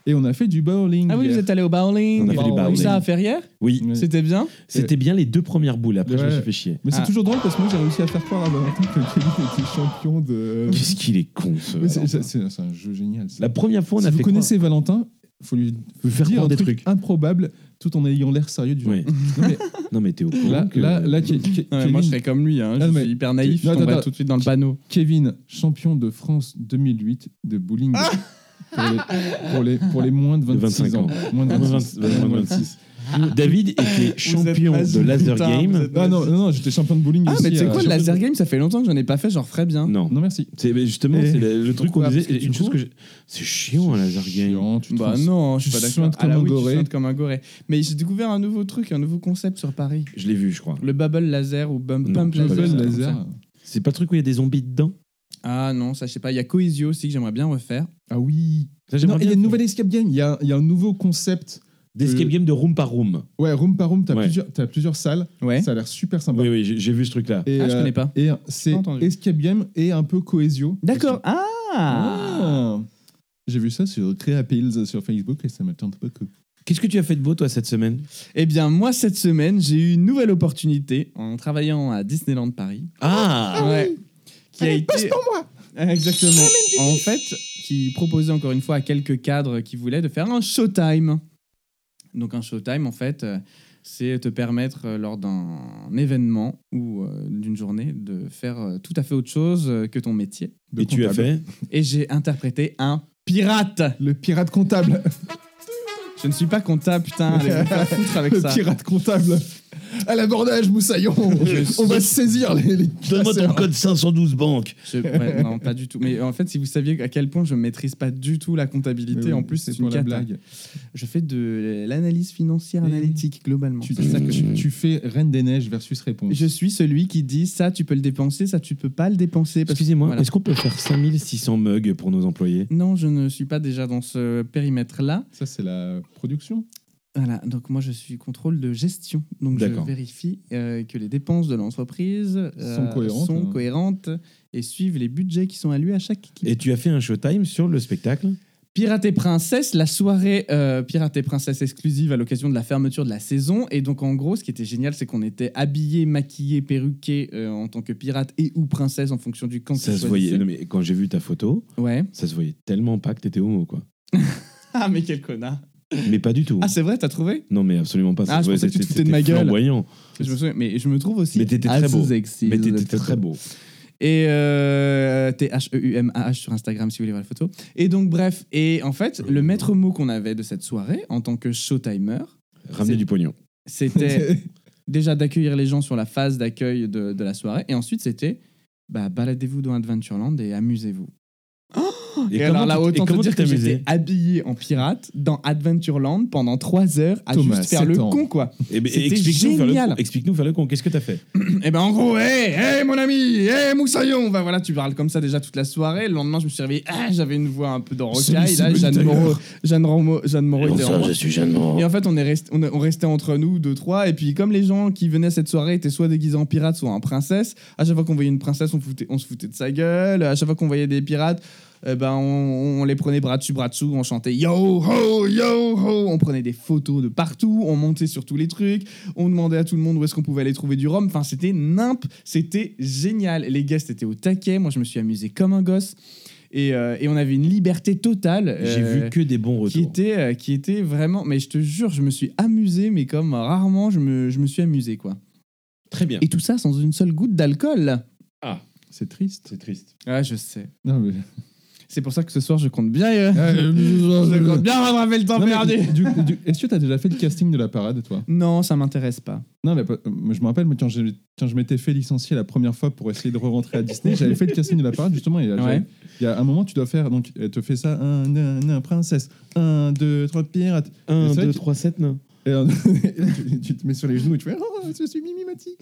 Et on a fait du bowling.
Ah oui,
hier.
vous êtes allé au bowling.
On a fait du
Vous avez
bowling.
ça à Ferrières
Oui.
Oui.
C'était bien
C'était bien les deux premières boules. Après, je me
Ouais.
suis fait chier.
Mais c'est
Ah.
toujours drôle parce que moi j'ai réussi à faire croire à Valentin que Kevin était champion de.
Qu'est-ce qu'il est con, ce.
Mais c'est-
Valentin.
C'est c'est- c'est un jeu génial. ça.
La première fois, on
si
a
vous
fait
connaissez Valentin, faut lui
croire- faire
dire
croire
un
des
truc
trucs.
improbable tout en ayant l'air sérieux du jeu.
Ouais. euh,
Non, mais
Non, mais t'es au courant.
là,
que-
là, là, Ke- Ke-
Non, mais Moi, je
Kevin,
serais comme lui. hein.
Ah,
Je
mais-
suis hyper naïf. Je
Non, attends,
tomberais
attends.
tout de suite dans le panneau.
Kevin, champion de France 2008 de bowling pour, les, pour, les, pour les moins de 26
25
ans.
ans.
Moins de
Moins de
26.
20 moins de 26. David était champion
magique,
de laser
putain, vous
game.
êtes-
Ah non, non, non, j'étais champion de bowling
Ah,
aussi.
mais tu sais quoi,
euh,
le laser game, ça fait longtemps que j'en ai pas fait, j'en referais bien.
Non.
Non, merci.
C'est mais justement
Eh,
c'est le, le truc qu'on
pourquoi
disait.
Parce que
Une
tu
chose que
cours
je- c'est chiant un laser game.
Chiant, tu te
Bah
trans-
non, je suis
tu
pas d'accord.
suintes comme
Ah
un
oui, tu
goré.
suintes comme un goré. Mais j'ai découvert un nouveau truc, un nouveau concept sur Paris.
Je l'ai vu, je crois.
Le bubble laser ou bump
Non,
pump
pas
Bubble
laser.
le
comme ça.
laser.
C'est pas le truc où il y a des zombies dedans.
Ah non, ça je sais pas. Il y a Coesio aussi que j'aimerais bien refaire.
Ah oui.
Ça, j'aimerais
Non, il y a
bien.
une nouvelle escape game. Il y a, il y a un nouveau concept.
Des escape
euh,
games de room par room.
Ouais, room par room, t'as
Ouais.
plusieurs, t'as plusieurs salles.
Ouais.
Ça a l'air super sympa.
Oui oui, j'ai j'ai vu ce truc là.
Et,
Ah, je
euh,
connais pas.
Et c'est
Pas entendu.
escape game et un peu cohésio.
D'accord. Ah,
Ah. J'ai vu ça sur Creapills euh, sur Facebook et ça me tente beaucoup.
Qu'est-ce que tu as fait de beau toi cette semaine
Eh bien, moi, cette semaine, j'ai eu une nouvelle opportunité en travaillant à Disneyland Paris.
Ah
ouais. Qui a
Allez,
été...
passe pour moi
Exactement. En fait, qui proposait encore une fois à quelques cadres qui voulaient de faire un showtime. Donc un showtime, en fait, euh, c'est te permettre euh, lors d'un événement ou euh, d'une journée de faire euh, tout à fait autre chose euh, que ton métier.
Et tu as fait
Et j'ai interprété un pirate.
Le pirate comptable.
Je ne suis pas comptable, putain. Allez, vous faire foutre avec
Le
ça.
pirate comptable. À l'abordage, Moussaillon.
Je-
On va saisir les, les classeurs.
512 banque.
Je- ouais, non, pas du tout. Mais en fait, si vous saviez à quel point je maîtrise pas du tout la
Mais
comptabilité,
oui,
en plus c'est une
pour la
cata.
blague.
Je fais de l'analyse financière
Eh oui.
analytique globalement.
Tu,
C'est ça que je
tu- tu fais Reine des Neiges versus Réponse.
Je suis celui qui dit ça, tu peux le dépenser, ça, tu peux pas le dépenser. parce que-
Excusez-moi,
Voilà.
est-ce qu'on peut faire 5600 mugs pour nos employés
Non, je ne suis pas déjà dans ce périmètre-là.
Ça, c'est la production.
Voilà, donc moi je suis contrôle de gestion. Donc je
D'accord.
vérifie euh, que les dépenses de l'entreprise euh,
Sont cohérentes,
sont
hein.
cohérentes et suivent les budgets qui sont alloués à chaque équipe.
Et tu as fait un showtime sur le spectacle
Pirate et Princesse, la soirée euh, Pirate et Princesse exclusive à l'occasion de la fermeture de la saison. Et donc, en gros, ce qui était génial, c'est qu'on était habillés, maquillés, perruqués euh, en tant que pirate et ou princesse en fonction du camp. que
Ça
tu
se voyait.
choisissais.
Non, mais quand j'ai vu ta photo,
Ouais.
ça se voyait tellement pas que t'étais homo quoi.
Ah, mais quel connard.
Mais pas du tout.
Ah, c'est vrai, t'as trouvé
Non mais absolument pas.
Ah, je
se voyait,
pensais que tu te
c'était-
foutais de ma
c'était
gueule.
flamboyant.
Je me souviens, mais je me trouve aussi.
Mais t'étais très
assez
beau.
sexy,
Mais
vous
t'étais
êtes
très, très beau.
Et euh, T-H-E-U-M-A-H sur Instagram si vous voulez voir la photo. Et donc, bref, et en fait, le maître mot qu'on avait de cette soirée en tant que showtimer,
Ramener
C'est-
du pognon.
c'était
Eh.
déjà d'accueillir les gens sur la phase d'accueil de, de la soirée. Et ensuite, c'était bah, baladez-vous dans Adventureland et amusez-vous. Oh, Et, alors là, autant te dire que j'étais habillé en pirate dans Adventureland pendant 3 heures à
Thomas,
juste faire
sept
le
ans.
con, quoi. C'était
Eh ben, Explique-nous faire, le
génial.
con. Explique-nous faire le con. Qu'est-ce que t'as fait
Eh ben en gros, hé, hé, mon ami, hé, Moussaillon, bah voilà, tu parles comme ça déjà toute la soirée. Le lendemain, je me suis réveillé, ah, j'avais une voix un peu dans rocaille,
Salut, c'est
là,
Bonnie
Jeanne
Tyler.
Moreau, Jeanne Moreau, Jeanne Moreau était en-
suis Jeanne
Et en fait, on, est rest- on, est- on restait entre nous, deux, trois. Et puis, comme les gens qui venaient à cette soirée étaient soit déguisés en pirates, soit en princesse, à chaque fois qu'on voyait une princesse, on, foutait- on se foutait de sa gueule. À chaque fois qu'on voyait des pirates, euh, ben, on, on les prenait bras dessus, bras dessous, on chantait yo ho, yo ho. On prenait des photos de partout, on montait sur tous les trucs, on demandait à tout le monde où est-ce qu'on pouvait aller trouver du rhum. Enfin, c'était nimp, c'était génial. Les guests étaient au taquet, moi je me suis amusé comme un gosse. Et, euh, et on avait une liberté totale.
J'ai
euh,
vu que des bons
qui
retours.
était, euh, qui était vraiment. Mais je te jure, je me suis amusé, mais comme rarement je me, je me suis amusé, quoi.
Très bien.
Et tout ça sans une seule goutte d'alcool.
C'est triste.
C'est triste.
Ah, je sais.
Non, mais...
C'est pour ça que ce soir, je compte bien. euh, je compte
Non,
bien rattraper le temps
mais
perdu.
du- du- du- Est-ce que t'as déjà fait le casting de la parade, toi
Non, ça m'intéresse pas.
Non, mais pas- euh, moi, je me rappelle, moi, quand, j'ai- quand je m'étais fait licencier la première fois pour essayer de re-rentrer à Disney, j'avais fait le casting de la parade, justement. Et là,
Ouais.
j'avais- Il y a un moment, tu dois faire. Donc, elle te fait ça un, un, un, princesse, un, deux, trois pirates.
1,
c'est vrai
2,
que-
3, 7, non.
Et là, tu, tu te mets sur les genoux et tu fais Oh, je suis Mimi Mati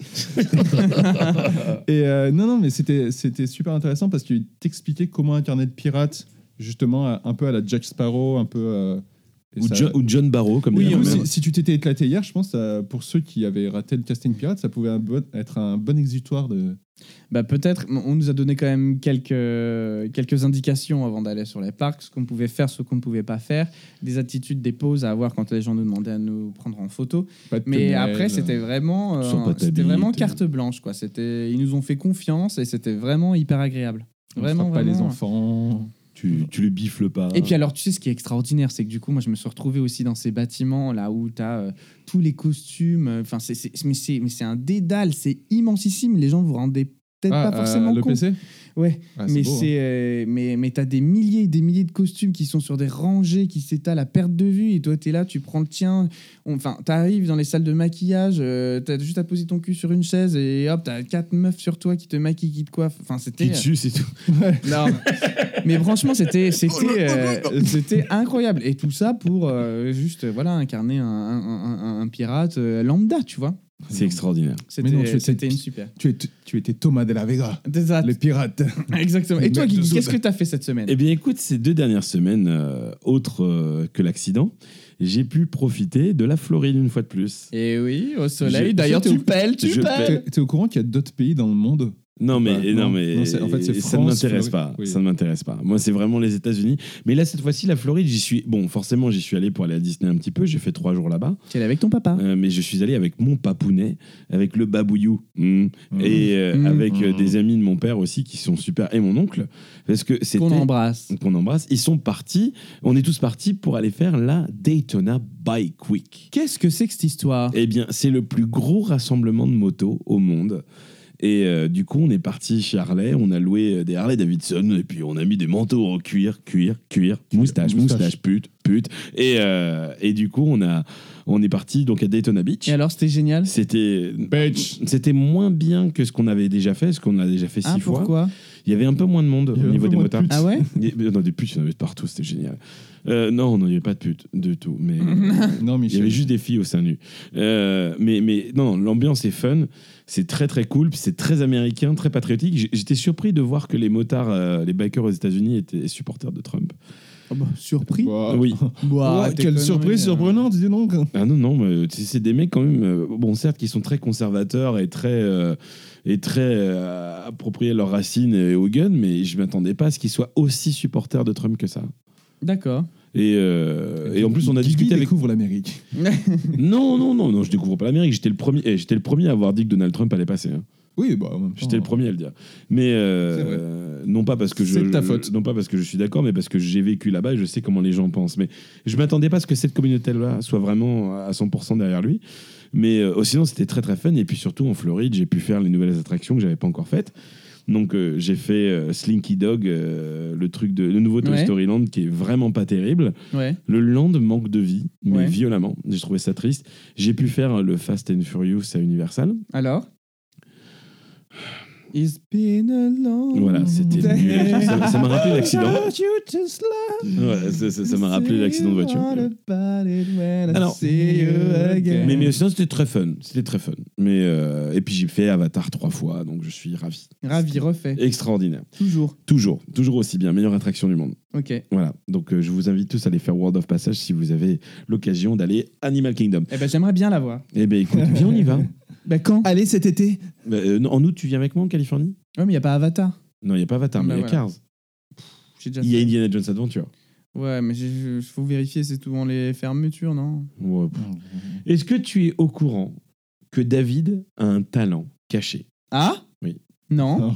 Et euh, non, non, mais c'était c'était super intéressant parce qu'il t'expliquait comment Internet pirate, justement, à- un peu à la Jack Sparrow, un peu. euh, et
Ou,
ça-
Jo- ou John Barrow, comme
Oui,
il
mais
l'appelle.
si, si tu t'étais éclaté hier, je pense, ça- pour ceux qui avaient raté le casting pirate, ça pouvait un bon- être un bon exutoire de.
Bah peut-être, mais on nous a donné quand même quelques, quelques indications avant d'aller sur les parcs, ce qu'on pouvait faire, ce qu'on ne pouvait pas faire, des attitudes, des pauses à avoir quand les gens nous demandaient à nous prendre en photo.
pas de
Mais
Tenel,
après, c'était vraiment, euh,
Sans patate
c'était vraiment
bite.
carte blanche, quoi. C'était, ils nous ont fait confiance et c'était vraiment hyper agréable.
on
Vraiment,
frappe pas les
vraiment. euh.
enfants. euh.
Tu, tu le biffles pas.
Et puis alors, tu sais ce qui est extraordinaire, c'est que du coup, moi, je me suis retrouvé aussi dans ces bâtiments là où tu as tous les costumes. euh, Enfin, c'est, c'est- mais c'est, mais c'est un dédale, c'est immensissime. Les gens vous rendez peut-être
Ah,
pas
euh,
forcément
le
compte.
PC
Ouais,
Ah,
mais
beau, hein.
c'est, euh, mais, mais t'as des milliers et des milliers de costumes qui sont sur des rangées, qui s'étalent à perte de vue. Et toi, t'es là, tu prends le tien. On- Enfin, t'arrives dans les salles de maquillage, euh, t'as juste à poser ton cul sur une chaise et hop, t'as quatre meufs sur toi qui te maquillent, qui te coiffent. Enfin, c'était.
Qui dessus, c'est tout.
Non. mais franchement,
Oh,
c'était c'était euh, c'était incroyable et tout ça pour euh, juste euh, voilà incarner un, un- un- un pirate euh, lambda, tu vois.
C'est extraordinaire.
Mais non, tu
C'était
étais-
c'était une super.
tu, es- tu étais Thomas de la Vega, le pirate.
Exactement. Et
Mec
toi,
de
Guigui,
Zoub.
qu'est-ce que t'as fait cette semaine
Eh bien, écoute, ces deux dernières semaines, euh, autres euh, que l'accident, j'ai pu profiter de la Floride une fois de plus.
Et oui, au soleil.
Je-
D'ailleurs,
je-
tu pèles, tu
je
pèles.
T'es t'es au courant qu'il y a d'autres pays dans le monde
Non, mais,
Bah,
eh, non,
non.
mais
Non, c'est- en fait, c'est
ça ne
France,
m'intéresse
Floride.
pas.
Oui.
Ça ne m'intéresse pas. Moi, c'est vraiment les États-Unis. Mais là, cette fois-ci, la Floride, j'y suis. Bon, forcément, j'y suis allé pour aller à Disney un petit peu. J'ai fait trois jours là-bas.
Tu es avec ton
Ah.
papa.
Euh, mais je suis allé avec mon papounet, avec le babouillou, Hmm.
Mmh.
et euh,
Mmh.
avec euh,
Mmh.
des amis de mon père aussi qui sont super, et mon oncle, parce que c'était
Qu'on embrasse.
qu'on embrasse. Ils sont partis, on est tous partis pour aller faire la Daytona Bike Week.
Qu'est-ce que c'est que cette histoire
Eh bien, c'est le plus gros rassemblement de motos au monde. Et euh, du coup, on est parti chez Harley, on a loué euh, des Harley Davidson, et puis on a mis des manteaux en cuir, cuir, cuir, moustache, moustache,
moustache.
pute, pute. Et, euh, et du coup, on, a, on est parti donc à Daytona Beach.
Et alors, c'était génial.
C'était
Euh, Bitch.
c'était moins bien que ce qu'on avait déjà fait, ce qu'on a déjà fait six
Ah,
fois.
pourquoi
Il y avait un peu moins de monde au
Il y avait un
niveau
peu
des
moins de
motards.
putes.
Ah ouais
Des- mais Non, des putes, il y en avait de partout, c'était génial. Euh, non, non, il n'y avait pas de putes du tout, mais
Non,
il y
Michel.
avait juste des filles au sein nu. Euh, mais, mais non, non, l'ambiance est fun, c'est très très cool, puis c'est très américain, très patriotique. J- J'étais surpris de voir que les motards, euh, les bikers aux États-Unis étaient supporters de Trump.
Oh bah, Surpris.
Bah,
Oui.
Bah,
oh,
tes
quelle
conneries,
surprise
hein.
surprenante, dis donc.
Ah non, non, mais c'est c'est des mecs quand même, euh, bon, certes, qui sont très conservateurs et très, euh, et très euh, appropriés à leurs racines et aux guns, mais je m'attendais pas à ce qu'ils soient aussi supporters de Trump que ça.
D'accord.
Et, euh, et en plus, on a
Guigui
discuté avec.
découvre l'Amérique.
Non, non, non, non, je découvre pas l'Amérique. J'étais le premier, eh, j'étais le premier à avoir dit que Donald Trump allait passer. hein.
Oui, bah, en même temps.
J'étais le premier à le dire. Mais euh,
C'est vrai.
euh, non pas parce que je,
C'est de ta
je-
faute.
non pas parce que je suis d'accord, mais parce que j'ai vécu là-bas et je sais comment les gens pensent. Mais je m'attendais pas à ce que cette communauté-là soit vraiment à 100% derrière lui. Mais euh, oh, sinon, c'était très très fun. Et puis surtout en Floride, j'ai pu faire les nouvelles attractions que j'avais pas encore faites. Donc euh, j'ai fait euh, Slinky Dog, euh, le truc de le nouveau Toy
Ouais.
Story Land qui est vraiment pas terrible.
Ouais.
Le Land manque de vie, mais
Ouais.
violemment. J'ai trouvé ça triste. J'ai pu faire euh, le Fast and Furious à Universal.
Alors It's been a long
Voilà, c'était
day.
nul. Ça- ça m'a rappelé l'accident.
Don't you just let
Ouais, ça- ça ça m'a rappelé
me
l'accident de voiture.
all about it when I
Alors-
see you again.
Mais, mais sinon, c'était très fun. C'était très fun. Mais, euh, et puis, j'ai fait Avatar trois fois, donc je suis ravi.
Ravi, refait.
Extraordinaire.
Toujours.
Toujours, toujours aussi bien. Meilleure attraction du monde.
Ok. Eh
Voilà. Donc, euh, je vous invite tous à aller faire World of Passage si vous avez l'occasion d'aller Animal Kingdom.
ben j'aimerais bien la voir.
Eh bien, écoute, viens, on y va. Bah,
Bah quand
Allez, cet été.
Euh, non, en août, tu viens avec moi en Californie
Ouais mais y a pas Avatar.
Non, il n'y a pas Avatar,
Bah
mais il y a
voilà.
Cars.
J'ai déjà
Il y a
fait.
Indiana Jones Adventure.
Ouais, mais j'ai- je- faut vérifier, c'est souvent les fermetures, non
Ouais, euh, pff. Est-ce que tu es au courant que David a un talent caché
Ah
Oui.
Non.
hein.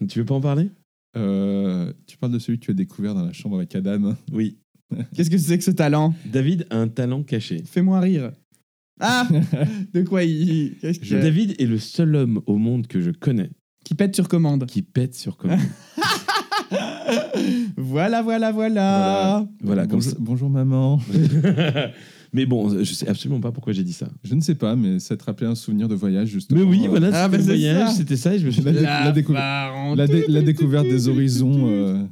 Non.
Tu veux pas en parler
Euh, tu parles de celui que tu as découvert dans la chambre avec Adam.
Oui.
Qu'est-ce que c'est que ce talent
David a un talent caché.
Fais-moi rire. Ah De quoi il. Qu'est-ce
Je-
que-
David est le seul homme au monde que je connais
Qui pète sur commande.
qui pète sur commande.
Voilà, voilà, voilà.
voilà, comme
bonjour, bonjour, maman.
ça. Mais bon, je sais absolument pas pourquoi j'ai dit ça.
Je ne sais pas, mais ça te rappelait un souvenir de voyage justement.
Mais oui,
Euh,
voilà,
Ah,
c'était
bah,
le
c'est
voyage,
ça.
c'était ça, et je me suis
La- la décou-
parente.
La, dé- la découverte des horizons. euh,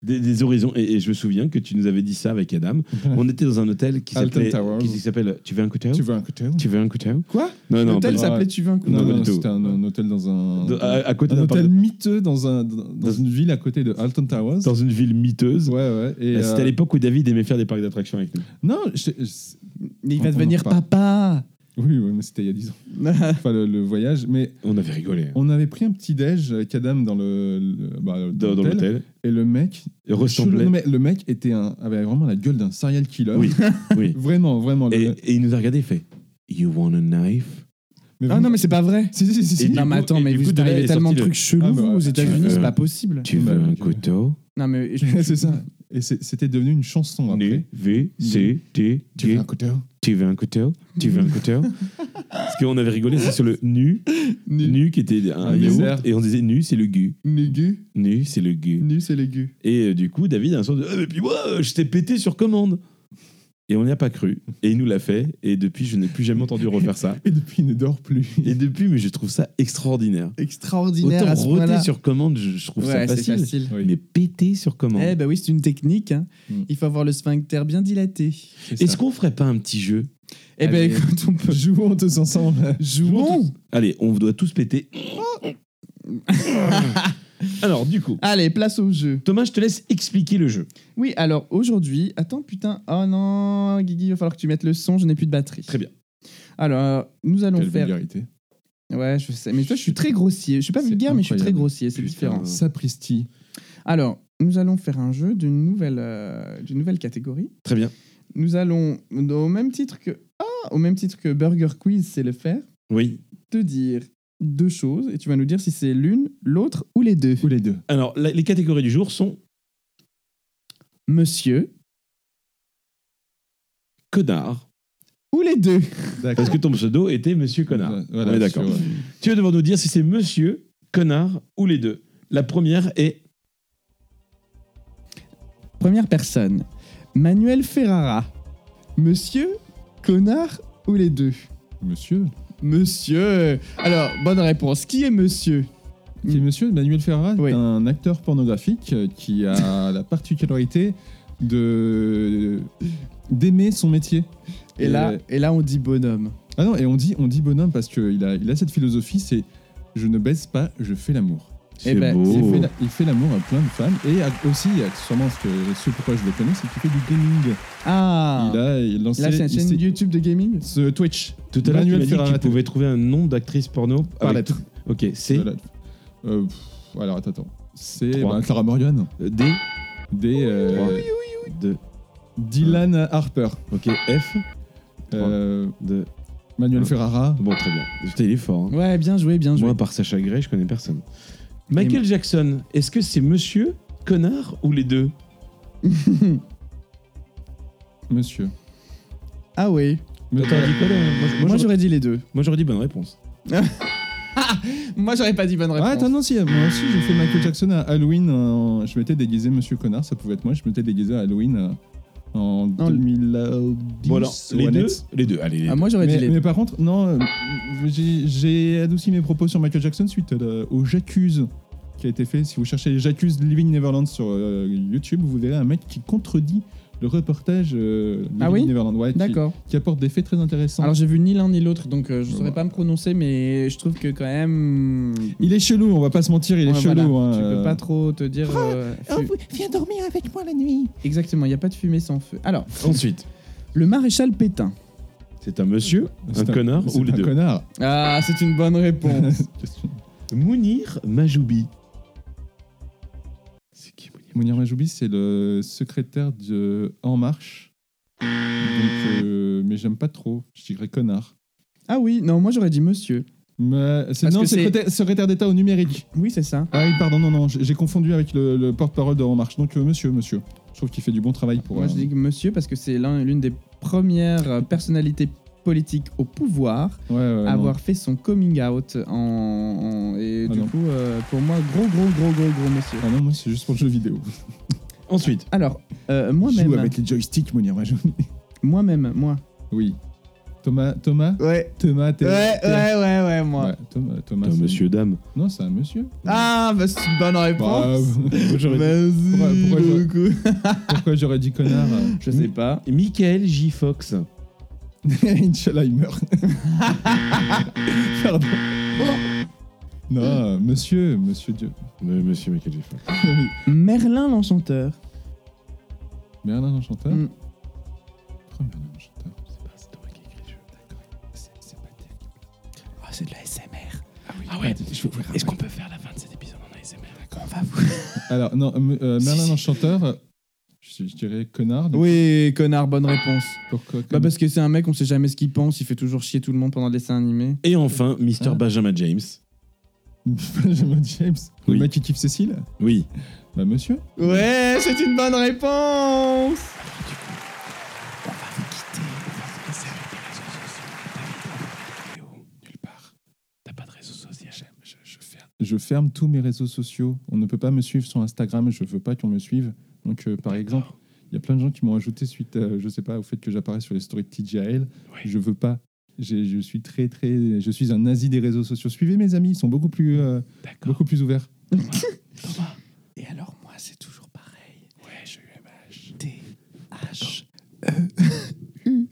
des, des horizons. Et, et je me souviens que tu nous avais dit ça avec Adam. On était dans un hôtel qui
Alton
s'appelait.
Towers.
qui s'appelle. Tu veux un cocktail
Tu veux un cocktail
Tu veux un cocktail
Quoi
Non, non,
L'hôtel
bah,
pas-
s'appelait Tu veux un coup
Non,
Non,
pas
non,
du tout.
c'était un, un hôtel dans un.
de- à, à côté
un
d'un parc-
hôtel miteux dans, un, dans, dans une ville à côté de Alton Towers.
dans une ville miteuse.
Ouais, ouais. Et,
Ah, C'était à
euh,
l'époque où David aimait faire des parcs d'attractions avec nous.
Non, je- je-
Mais il va
On- on
devenir
en reparle.
papa.
oui, oui, mais c'était il y a 10 ans.
Ah.
Enfin, le, le voyage. Mais
On avait rigolé. hein.
on avait pris un petit déj avec Adam dans le. le- bah,
Dans, dans l'hôtel.
Et le mec.
Il ressemblait.
Non, mais le mec était un, avait vraiment la gueule d'un serial killer.
Oui, oui.
Vraiment, vraiment. le-
Et, et il nous a regardé, il fait You want a knife
mais
Ah non, mais c'est pas vrai.
Si, si, si, si.
Et du
Non, mais
coup-
attends,
et
mais
du coup,
vous
de là, il
avez
est
tellement
sorti
de
le-
trucs
Ah,
chelous
bah,
aux
tu-
États-Unis,
euh,
c'est pas possible.
Tu
Bah,
veux un
je-
couteau
Non, mais.
c'est ça. Et c'est- c'était devenu une chanson après.
N, V, C, D,
Tu veux
D.
un cocktail
Tu veux un couteau Tu veux un couteau Parce qu'on avait rigolé, c'est sur le nu. Nu qui était un
Un
yaourt,
dessert.
Et on disait nu, c'est le gu.
Négu.
Nu, c'est le gu.
Nu, c'est l'aigu.
Et euh, du coup, David a un sort de Ah, mais puis moi, euh, je t'ai pété sur commande. Et on n'y a pas cru. Et il nous l'a fait. Et depuis, je n'ai plus jamais entendu refaire ça.
Et depuis, il ne dort plus.
Et depuis, mais je trouve ça extraordinaire.
Extraordinaire.
Autant
à ce
rôter
point-là.
sur commande, je, je trouve
Ouais,
ça
c'est
facile.
facile.
Oui.
Mais péter sur commande.
Eh ben oui, c'est une technique. hein.
Mm.
Il faut avoir le sphincter bien dilaté.
C'est
Est-ce
ça.
qu'on ferait pas un petit jeu
Eh ben
Allez.
écoute, on peut.
Jouons tous ensemble.
Jouons
Allez, on doit tous péter. Alors, du coup,
Allez, place au jeu.
Thomas, je te laisse expliquer le jeu.
Oui, alors aujourd'hui, attends putain, oh non, Guigui, il va falloir que tu mettes le son, je n'ai plus de batterie.
Très bien.
Alors, nous allons
Quelle
faire.
vulgarité.
Ouais, je sais, mais toi, je suis très grossier. Je suis pas
C'est
vulgaire, mais je suis très
incroyable.
grossier, c'est différent.
Sapristi.
Alors, nous allons faire un jeu d'une nouvelle, euh, d'une nouvelle catégorie.
Très bien.
Nous allons, au même titre que, ah, au même titre que Burger Quiz, c'est le faire,
Oui.
te dire deux choses et tu vas nous dire si c'est l'une, l'autre ou les deux.
Ou les deux.
Alors, la- les catégories du jour sont
Monsieur
connard.
ou les deux.
D'accord.
Parce que ton pseudo était Monsieur Connard.
Voilà, euh,
On est d'accord.
monsieur, ouais.
Tu vas devoir nous dire si c'est monsieur, connard ou les deux. La première est.
Première personne, Manuel Ferrara. Monsieur, connard ou les deux
Monsieur
Monsieur Alors, bonne réponse. Qui est monsieur
Qui
Mm.
est monsieur Manuel Ferrara est
Oui.
un acteur pornographique euh, qui a la particularité de d'aimer son métier. Euh,
et là, et là, on dit bonhomme.
Ah non, et on dit, on dit bonhomme parce qu'il a, il a cette philosophie, c'est je ne baisse pas, je fais l'amour.
eh
Eh
C'est
ben,
Il
beau.
fait la- Il fait l'amour à plein de femmes et à- aussi, accessoirement, ce, que, ce pourquoi je le connais, c'est qu'il fait du gaming.
Ah
Il a il lancé
Là, c'est une
il
chaîne
s'est-
YouTube de gaming
ce Twitch.
Tout à l'heure, Bah, tu m'as
Manuel
dit Ah que
Ferrara.
tu pouvais trouver un nom d'actrice porno.
Par
avec-
lettre.
Ok, c'est
Voilà. Euh, pff, alors attends, attends. C'est
Trois.
bah, Clara Morgan.
D,
Des euh,
Trois. 2,
Dylan Harper.
ok, F,
Euh,
de
Manuel
Ouais.
Ferrara.
Bon, très bien. Putain, il est fort. hein.
Ouais, bien joué, bien joué.
Moi, par Sacha Gray, je connais personne. Michael Jackson, est-ce que c'est monsieur, connard ou les deux
Monsieur.
Ah oui.
Mais
Toi, t'aurais dit quoi, là Moi, je- moi,
Moi,
j'aurais-
j'aurais dit les deux.
Moi, j'aurais dit bonne réponse.
Moi, j'aurais pas dit bonne
Ah,
réponse.
attends, non, si, moi aussi j'ai fait Michael Jackson à Halloween. en- Je m'étais déguisé Monsieur Connard, ça pouvait être moi. Je m'étais déguisé à Halloween euh, en
Non,
2010.
Bon, alors, les
ou
deux,
Annette.
les deux, allez. les
Ah,
deux.
moi, j'aurais dit
Mais,
les
mais
deux.
par contre, non, euh, j'ai- j'ai adouci mes propos sur Michael Jackson suite à la- au J'accuse qui a été fait. Si vous cherchez J'accuse Living Neverland sur euh, YouTube, vous verrez un mec qui contredit le reportage euh, Living
Ah oui
Neverland, ouais, qui,
D'accord.
qui apporte des faits très intéressants.
Alors, j'ai vu ni l'un ni l'autre, donc euh, je saurais
Voilà.
pas me prononcer, mais je trouve que quand même.
il est chelou, on va pas se mentir, il est
Ouais,
chelou.
voilà.
hein,
Tu
euh.
peux pas trop te dire. euh, fu-
Oh, viens dormir avec moi la nuit.
Exactement, il n'y a pas de fumée sans feu. Alors,
Ensuite,
le maréchal Pétain.
c'est un monsieur, un
C'est
connard
c'est
ou les
un
deux
connard.
Ah, c'est une bonne réponse.
Question.
Mounir Majoubi. C'est qui Mounir
Mounir Majoubi, c'est le secrétaire de En Marche. Donc, euh, mais j'aime pas trop. Je dirais connard.
Ah oui, non, moi j'aurais dit monsieur.
Mais c'est
Parce
non,
que c'est-
secrétaire, secrétaire d'État au numérique.
Oui, c'est ça.
Ah oui, pardon, non, non, j'ai j'ai confondu avec le, le porte-parole de En Marche. Donc, euh, monsieur, monsieur. Je trouve qu'il fait du bon travail pour.
Moi
euh,
je dis que monsieur parce que c'est l'un- l'une des premières euh, personnalités politiques au pouvoir
ouais, ouais,
à
non.
avoir fait son coming out en, en- et
Ah
du
non.
coup euh, pour moi gros gros gros gros gros monsieur.
Ah non, moi, c'est juste pour le jeu vidéo.
Ensuite,
Alors euh,
Joue
moi-même,
avec les joysticks, Mounir Majoubi.
moi-même, moi.
Oui. Thomas, Thomas,
Ouais.
Thomas, t'es- t'es-
ouais, ouais, moi.
Ouais, Thomas, Thomas,
t'as un
c'est-
monsieur, dame.
Non, c'est un monsieur.
Ah, bah c'est une bonne réponse.
Bah, j'aurais- Pourquoi-
Vas-y,
pourquoi je-
Doku.
Pourquoi j'aurais dit connard euh,
Je
Mmh.
sais pas.
Michael J. Fox.
Inch'Allah, il meurt. Pardon. Non, euh, monsieur, monsieur Dieu.
Euh, Monsieur Michael J. Fox.
Merlin l'enchanteur.
Merlin l'Enchanteur
Mm.
Pourquoi Merlin l'Enchanteur
C'est pas, c'est toi qui écris le jeu.
C'est pas terrible.
Oh, c'est de la SMR.
Ah oui,
Ah ouais,
je vais ouvrir un-
Est-ce qu'on peut faire la fin de cet épisode en ASMR D'accord. On va
Alors, non, euh, me- euh, Merlin
Si, si.
l'Enchanteur, euh, je, je dirais connard. donc
Oui, connard, bonne réponse.
Pourquoi
Bah
connard
parce que c'est un mec, on sait jamais ce qu'il pense, il fait toujours chier tout le monde pendant le dessin animé.
Et enfin, Mr.
Ah.
Benjamin James.
Benjamin James
Oui.
Le mec qui kiffe Cécile
Oui.
Bah, monsieur.
Ouais, c'est une bonne réponse
vous quitter. On va vous laisser avec les réseaux sociaux. T'as mis vidéo nulle part. T'as pas de réseau social. Je, je fais un-
Je ferme tous mes réseaux sociaux. On ne peut pas me suivre sur Instagram. Je veux pas qu'on me suive. Donc, euh, par exemple, il y a plein de gens qui m'ont ajouté suite, euh, je sais pas, au fait que j'apparais sur les stories de TJL.
Oui.
Je veux pas. J'ai- Je suis très, très. Je suis un nazi des réseaux sociaux. Suivez mes amis, ils sont beaucoup plus, euh,
D'accord.
beaucoup plus ouverts.
Thomas.
Et alors moi, c'est toujours pareil.
Ouais, je lui ai mal.
T H E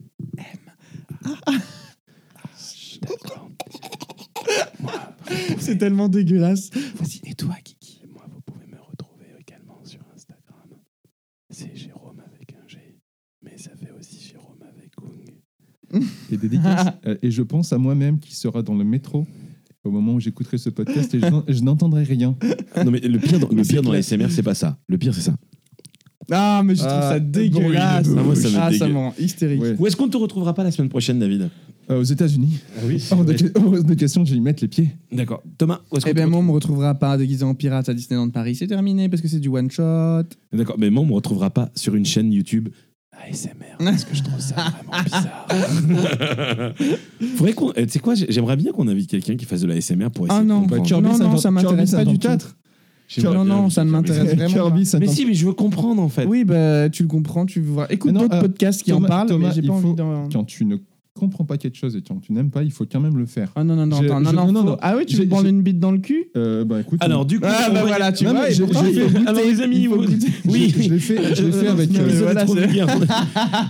D'accord.
C'est tellement dégueulasse.
Vas-y, et toi, Kiki Moi, vous pouvez me retrouver également sur Instagram. C'est Jérôme avec un G. Mais ça fait aussi Jérôme avec Kung.
Et dédicaces. Euh, et je pense à moi-même qui sera dans le métro au moment où j'écouterai ce podcast et je n'en- je n'entendrai rien.
Non, mais le pire dans, le
C'est
pire dans
clair.
l'ASMR, c'est pas ça. Le pire, c'est ça.
Ah, mais je trouve
Ah,
ça dégueulasse.
bruit de
Ah, moi, ça me
Ah, ça
dégueule.
me rend hystérique.
Ouais.
Où est-ce qu'on ne te retrouvera pas la semaine prochaine, David
Euh, aux États-Unis.
Ah oui.
Hors de, que- hors de question de y mettre les pieds.
D'accord. Thomas, où est-ce qu'on
Eh
te
bien,
retrouve-
moi, on me retrouvera pas déguisé en pirate à Disneyland Paris. C'est terminé parce que c'est du one shot.
D'accord, mais moi, on me retrouvera pas sur une chaîne YouTube.
ASMR, parce que je trouve ça vraiment bizarre.
Faudrait qu'on. euh, Tu sais quoi, j'ai- j'aimerais bien qu'on invite quelqu'un qui fasse de l'ASMR pour essayer
Ah
de
non.
comprendre.
Kirby, non, ça m'intéresse pas du tout.
J'aimerais
Non,
bien
non,
inviter
ça ne
Kirby.
m'intéresse vraiment
Kirby, ça
Mais
t'en-
si, mais je veux comprendre en fait.
Oui, bah, tu le comprends, tu vois. Écoute
Mais non,
d'autres
euh,
podcasts qui
Thomas-
en parlent,
Thomas,
mais j'ai
il
pas
faut-
envie d'en.
Quand tu ne comprends pas quelque chose et quand tu n'aimes pas, il faut quand même le faire.
Ah non, non, non,
Je-
attends,
je-
non, non,
non, non,
faut-
non.
Ah oui, tu
J'ai-
veux prendre
j'ai-
une bite dans le cul
Euh, bah écoute.
Alors, du coup.
Ah
on
bah
va-
voilà, tu
Non,
vois.
mais
et
j'ai-
pourtant,
j'ai
il
fait
faut
goûter.
goûter.
Alors, les amis,
Il faut
vous-
goûter.
Oui.
Je, je l'ai fait, je l'ai fait avec.
Non,
euh,
mais
Vous
voilà,
êtes trop
c'est-
bien.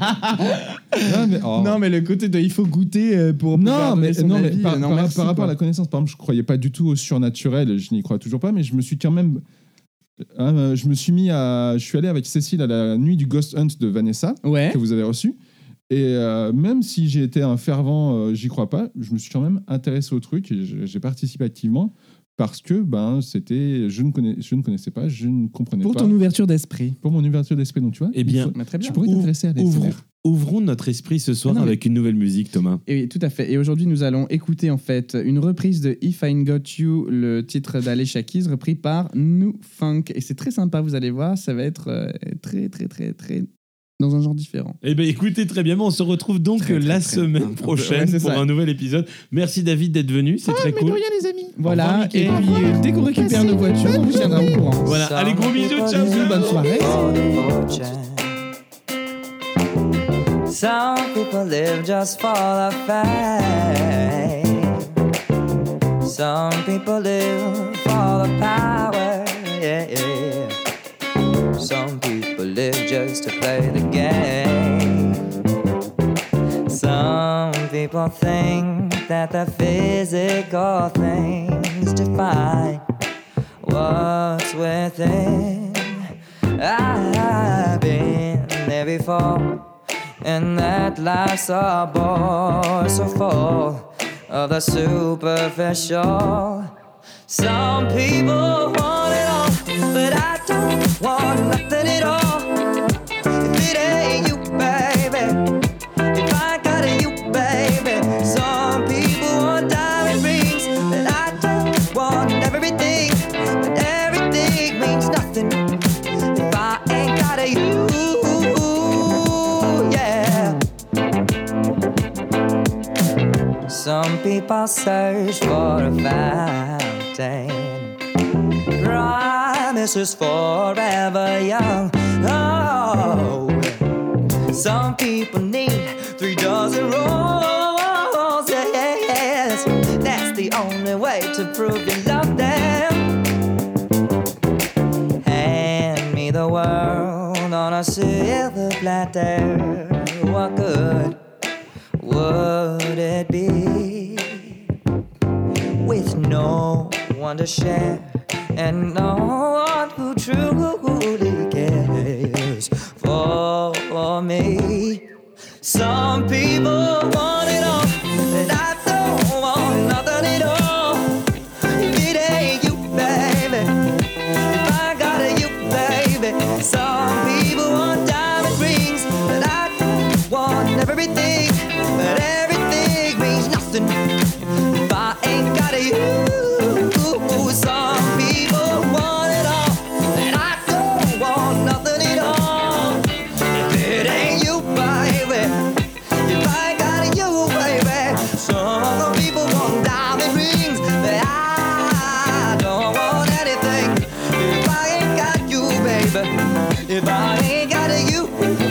non, mais, oh.
Non, mais le côté de il faut goûter euh, pour. pouvoir
non,
donner
mais,
son
non, mais
avis,
par,
euh, non,
par-
merci,
par
quoi.
rapport à la connaissance, par exemple, je croyais pas du tout au surnaturel, je n'y crois toujours pas, mais je me suis quand même. hein, euh, je me suis mis à. Je suis allé avec Cécile à la nuit du Ghost Hunt de Vanessa,
Ouais.
que vous avez reçu. Et euh, même si j'ai été un fervent, euh, j'y crois pas, je me suis quand même intéressé au truc et je- j'ai participé activement parce que ben, c'était. Je, ne connais, je ne connaissais pas, je ne comprenais
Pour
pas.
ton ouverture d'esprit.
Pour mon ouverture d'esprit, donc tu vois.
Eh
il
bien,
faut-
Bah, très bien.
tu pourrais
Ouvre-
t'intéresser à des
ouvrons,
SMR.
ouvrons notre esprit ce soir
Non, mais-
avec une nouvelle musique, Thomas.
Et oui, tout à fait. Et aujourd'hui, nous allons écouter en fait une reprise de If I Ain't Got You, le titre d'Alicia Keys, repris par New Funk. Et c'est très sympa, vous allez voir, ça va être euh, très, très, très, très dans un genre différent.
Eh bien, écoutez, très bien. mais On se retrouve donc
Très, très,
la
très bien.
semaine
Ouais,
prochaine
c'est
pour
ça.
un nouvel épisode. Merci, David, d'être venu.
Ah,
C'est très cool.
Voilà.
revoir,
et
Mickaël.
puis, euh, dès qu'on récupère nos voitures, on vous tiendra au courant.
Voilà. Allez, gros bisous. Ciao, ciao.
Bonne soirée.
fortune. Some people live just for the fame. Some people live for the power. Yeah, yeah. Some people live just to play the game. Some people think that the physical things define what's within. I've been there before, and that life's a bore so full of the superficial. Some people want it all, but I don't want nothing at all. If it ain't you, baby. If I got it, you, baby. Some people want diamond rings, but I don't want everything. But everything means nothing if I ain't got it, you. Yeah. Some people search for a fountain. Promises forever young. Oh, some people need three dozen roses. That's the only way to prove you love them. Hand me the world on a silver platter. What good? would it be with no one to share and no one who truly cares for me? Some people want it all, but I don't want nothing at all. If it ain't you, baby, if I got it, you, baby. Some people want diamond rings, but I don't want everything. But everything means nothing if I ain't got it, you. Some people want it all, and I don't want nothing at all. If it ain't you, baby. If I got you, baby. Some people want diamond rings, but I don't want anything. If I ain't got you, baby. If I ain't got you,